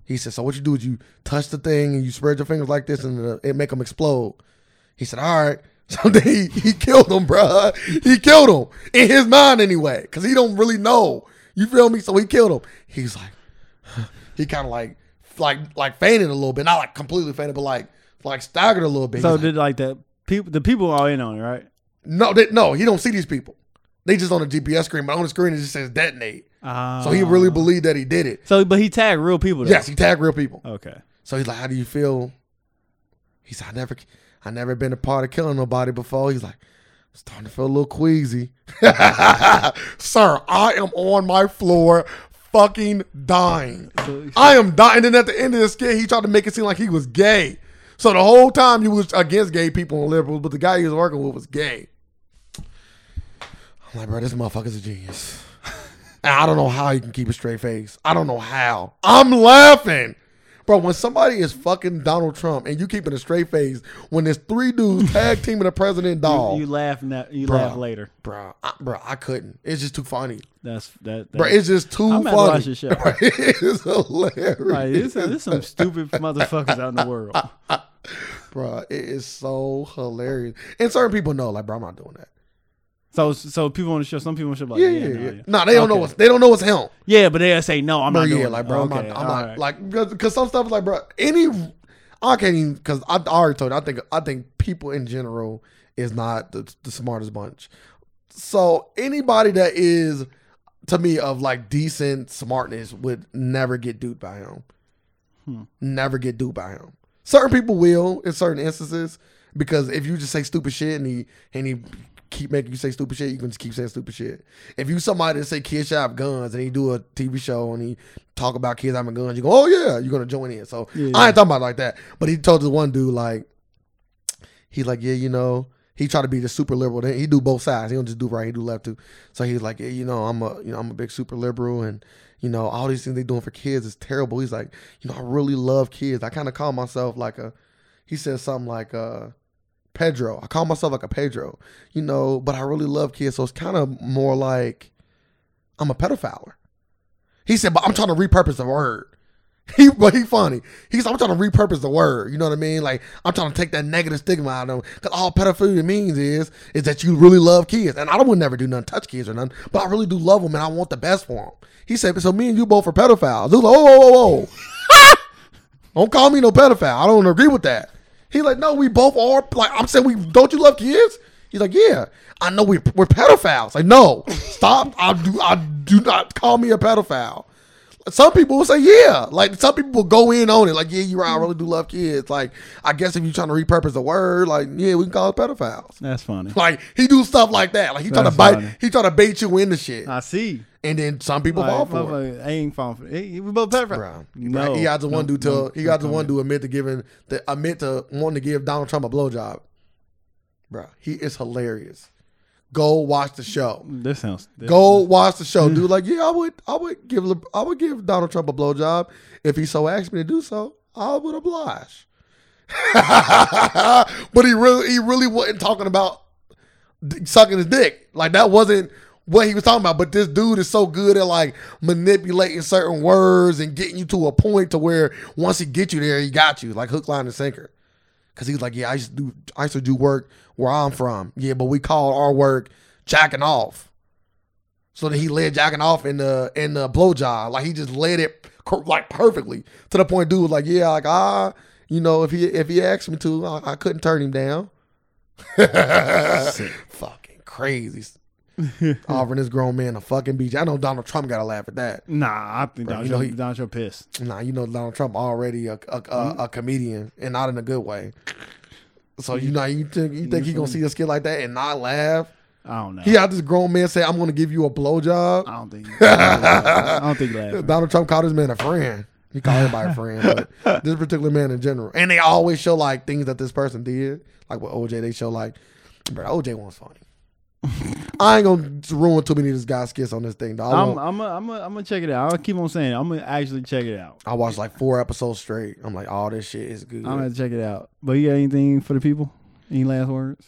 Speaker 2: He said, so what you do is you touch the thing and you spread your fingers like this and uh, it make them explode. He said, all right. So then he, he killed him, bruh. He killed him in his mind anyway, because he don't really know. You feel me? So he killed him. He's like, he kind of like, like, like fainted a little bit, not like completely fainted, but like, like staggered a little bit.
Speaker 1: So
Speaker 2: He's like,
Speaker 1: did like the people the people are in on it, right?
Speaker 2: no, they, no, he don't see these people. They just on the GPS screen, but on the screen it just says detonate.
Speaker 1: Uh,
Speaker 2: So he really believed that Ah. he did it.
Speaker 1: so but he tagged real people. Though.
Speaker 2: Yes, he tagged real people.
Speaker 1: Okay.
Speaker 2: So he's like, "How do you feel?" He said, "I never, I never been a part of killing nobody before." He's like, "I'm "Starting to feel a little queasy, sir. I am on my floor, fucking dying.
Speaker 1: So-
Speaker 2: I am dying." And then at the end of the skit, he tried to make it seem like he was gay. So the whole time he was against gay people and liberals, but the guy he was working with was gay. I'm like, bro, this motherfucker's a genius. And I don't know how you can keep a straight face. I don't know how. I'm laughing. Bro, when somebody is fucking Donald Trump and you keeping a straight face when there's three dudes tag teaming the president dog,
Speaker 1: You laugh now. You
Speaker 2: Oh. Bruh.
Speaker 1: laugh later.
Speaker 2: bro, I, bro, I couldn't. It's just too funny,
Speaker 1: That's that. that
Speaker 2: bro. It's just too
Speaker 1: I'm about to
Speaker 2: funny.
Speaker 1: watch this shit.
Speaker 2: Bro, it's hilarious,
Speaker 1: like, there's, there's some stupid motherfuckers out in the world.
Speaker 2: bro. It is so hilarious. And certain people know, like, bro, I'm not doing that.
Speaker 1: So so people on the show. Some people on the show be like
Speaker 2: Yeah,
Speaker 1: Oh, yeah,
Speaker 2: yeah,
Speaker 1: no,
Speaker 2: yeah. No,
Speaker 1: yeah.
Speaker 2: nah, they don't know
Speaker 1: Okay.
Speaker 2: what's they don't know what's him.
Speaker 1: Yeah, but they say no. I'm
Speaker 2: bro,
Speaker 1: not
Speaker 2: yeah,
Speaker 1: doing
Speaker 2: like
Speaker 1: it.
Speaker 2: bro, I'm
Speaker 1: Okay,
Speaker 2: not, I'm
Speaker 1: all
Speaker 2: not
Speaker 1: right.
Speaker 2: like because some stuff is like bro, any I can't even because I, I already told you I think I think people in general is not the, the smartest bunch. So anybody that is to me of like decent smartness would never get duped by him.
Speaker 1: Hmm.
Speaker 2: Never get duped by him. Certain people will in certain instances because if you just say stupid shit and he and he keep making you say stupid shit, you can just keep saying stupid shit. If you somebody that say kids should have guns and he do a TV show and he talk about kids having guns, you go, oh yeah, you're gonna join in. So
Speaker 1: Yeah.
Speaker 2: I ain't talking about it like that. But he told this one dude like, he's like, yeah, you know, he tried to be the super liberal. Then He do both sides. He don't just do right. He do left too. So he's like, yeah, you know, I'm a, you know, I'm a big super liberal, and you know, all these things they doing for kids is terrible. He's like, you know, I really love kids. I kind of call myself like a, he said something like, uh, Pedro. I call myself like a Pedro, you know, but I really love kids. So it's kind of more like I'm a pedophiler. He said, but I'm trying to repurpose the word. He, but he funny. He's I'm trying to repurpose the word. You know what I mean? Like I'm trying to take that negative stigma out of him. Cause all pedophilia means is is that you really love kids. And I would never do nothing, touch kids or nothing. But I really do love them, and I want the best for them. He said, so me and you both are pedophiles. He was like, oh, whoa, whoa, whoa. Don't call me no pedophile. I don't agree with that. He like, no, we both are. Like, I'm saying, we don't you love kids? He's like, yeah. I know we we're pedophiles. Like, no, stop. I do. I do not call me a pedophile. Some people will say, yeah. Like, some people will go in on it. Like, yeah, you're right. I really do love kids. Like, I guess if you're trying to repurpose the word, like, yeah, we can call it pedophiles.
Speaker 1: That's funny.
Speaker 2: Like, he do stuff like that. Like, he trying to
Speaker 1: That's
Speaker 2: bite.
Speaker 1: funny.
Speaker 2: He trying to bait you into shit.
Speaker 1: I see.
Speaker 2: And then some people fall
Speaker 1: Like,
Speaker 2: for it.
Speaker 1: motherfucker, I ain't falling for it. Hey, We both pedophiles.
Speaker 2: Bro,
Speaker 1: No,
Speaker 2: he got the one
Speaker 1: no,
Speaker 2: dude to
Speaker 1: no,
Speaker 2: he
Speaker 1: no
Speaker 2: got the one
Speaker 1: comment.
Speaker 2: dude admit to giving the admit to wanting to give Donald Trump a blowjob. Bro, he is hilarious. Go watch the show.
Speaker 1: This sounds. This,
Speaker 2: Go watch the show, dude. Like, yeah, I would, I would give, Le- I would give Donald Trump a blowjob if he so asked me to do so. I would oblige. but he really, he really wasn't talking about d- sucking his dick. Like that wasn't what he was talking about. But this dude is so good at like manipulating certain words and getting you to a point to where once he get you there, he got you like hook, line, and sinker. Cause he's like, yeah, I used to do, I used to do work where I'm from. Yeah, but we call our work jacking off. So that he led jacking off in the in the blowjob. Like he just led it cor- like perfectly to the point. Dude was like, yeah, like ah, you know, if he if he asked me to, I, I couldn't turn him down. fucking crazy. Offering this grown man a fucking beach. I know Donald Trump got to laugh at that.
Speaker 1: Nah, I think Donald,
Speaker 2: you know
Speaker 1: Trump-
Speaker 2: he-
Speaker 1: Donald Trump pissed.
Speaker 2: Nah, you know Donald Trump already a a, a, a comedian and not in a good way. So you know you think you think he gonna see a skit like that and not laugh?
Speaker 1: I don't know.
Speaker 2: He had this grown man say, "I'm going to give you a blowjob."
Speaker 1: I don't think. I don't think laughing.
Speaker 2: Donald Trump called his man a friend. He called everybody a friend, but this particular man in general. And they always show like things that this person did, like with OJ. They show like, but OJ was funny. I ain't gonna ruin too many of this guy's skits on this thing. Though. I,
Speaker 1: I'm
Speaker 2: won't-
Speaker 1: I'm a, I'm a, I'm gonna check it out. I'll keep on saying it. I'm gonna actually check it out.
Speaker 2: I watched like four episodes straight. I'm like, all this shit is good.
Speaker 1: I'm gonna check it out. But you got anything for the people? Any last words?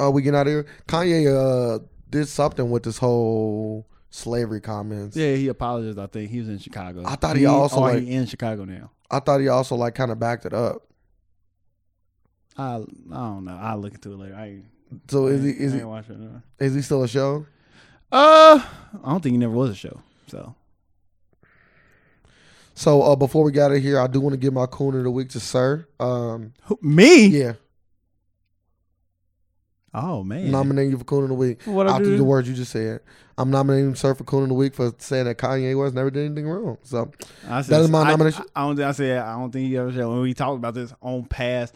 Speaker 2: uh, we get out of here. Kanye uh, did something with this whole slavery comments.
Speaker 1: Yeah, he apologized. I think he was in Chicago.
Speaker 2: I thought he also,
Speaker 1: oh,
Speaker 2: like-
Speaker 1: he in Chicago now.
Speaker 2: I thought he also like kind of backed it up.
Speaker 1: I I don't know. I'll look into it later. I ain't,
Speaker 2: So is he
Speaker 1: I
Speaker 2: is
Speaker 1: ain't
Speaker 2: he
Speaker 1: watch it. no.
Speaker 2: is he still a show?
Speaker 1: Uh, I don't think he never was a show. So
Speaker 2: So uh, before we got out of here, I do want to give my coon of the week to Sir. Um,
Speaker 1: Who- me?
Speaker 2: yeah,
Speaker 1: Oh man.
Speaker 2: nominating you for coon of the week.
Speaker 1: what I
Speaker 2: After
Speaker 1: do?
Speaker 2: the words you just said, I'm nominating Sir for coon of the week for saying that Kanye West never did anything wrong. So
Speaker 1: I said,
Speaker 2: That is my
Speaker 1: I-
Speaker 2: nomination.
Speaker 1: I, I don't think I said. I don't think he ever said when we talked about this on past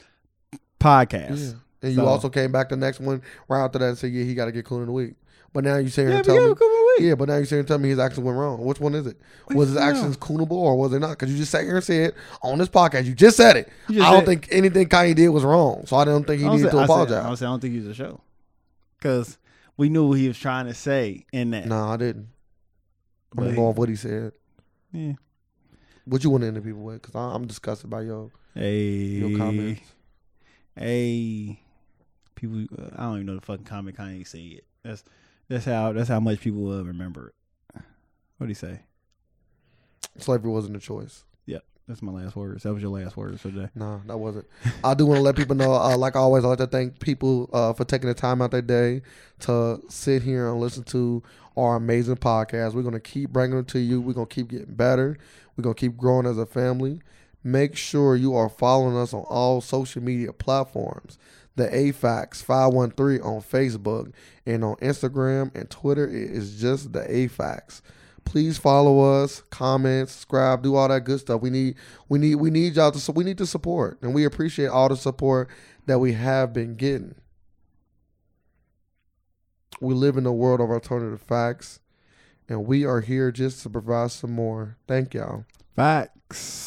Speaker 1: podcasts.
Speaker 2: yeah. and you
Speaker 1: So-
Speaker 2: also came back the next one right after that and said, yeah, he got to get coon of the week. But now you saying
Speaker 1: Yeah,
Speaker 2: here
Speaker 1: yeah
Speaker 2: and tell me.
Speaker 1: a couple weeks.
Speaker 2: Yeah, but now you're saying tell me his actions went wrong. Which one is it? Was his
Speaker 1: no.
Speaker 2: actions coonable or was it not? Because you just sat here and said on this podcast, you just said it.
Speaker 1: You just
Speaker 2: I don't
Speaker 1: said-
Speaker 2: think anything Kanye did was wrong, so I don't think he
Speaker 1: I don't
Speaker 2: needed
Speaker 1: say- I
Speaker 2: to
Speaker 1: said-
Speaker 2: apologize.
Speaker 1: I, said, I don't think he was a show because we knew what he was trying to say in that.
Speaker 2: no, I didn't. I'm
Speaker 1: But
Speaker 2: gonna
Speaker 1: he-
Speaker 2: go off what he said.
Speaker 1: yeah.
Speaker 2: What you want to end the people with? Because I'm disgusted by your
Speaker 1: Hey,
Speaker 2: your comments.
Speaker 1: hey, people. Uh, I don't even know the fucking comment Kanye said. That's that's how that's how much people will remember it. What do you say?
Speaker 2: Slavery wasn't a choice.
Speaker 1: That's my last words. That was your last words for today.
Speaker 2: No, that wasn't. I do want to let people know, uh, like always, I like to thank people uh, for taking the time out their day to sit here and listen to our amazing podcast. We're going to keep bringing it to you. We're going to keep getting better. We're going to keep growing as a family. Make sure you are following us on all social media platforms. The AFAX 513 on Facebook and on Instagram and Twitter. It is just the AFAX. Please follow us, comment, subscribe, do all that good stuff. We need we need we need y'all to so we need the support and we appreciate all the support that we have been getting we live in a world of alternative facts and we are here just to provide some more thank y'all
Speaker 1: Facts.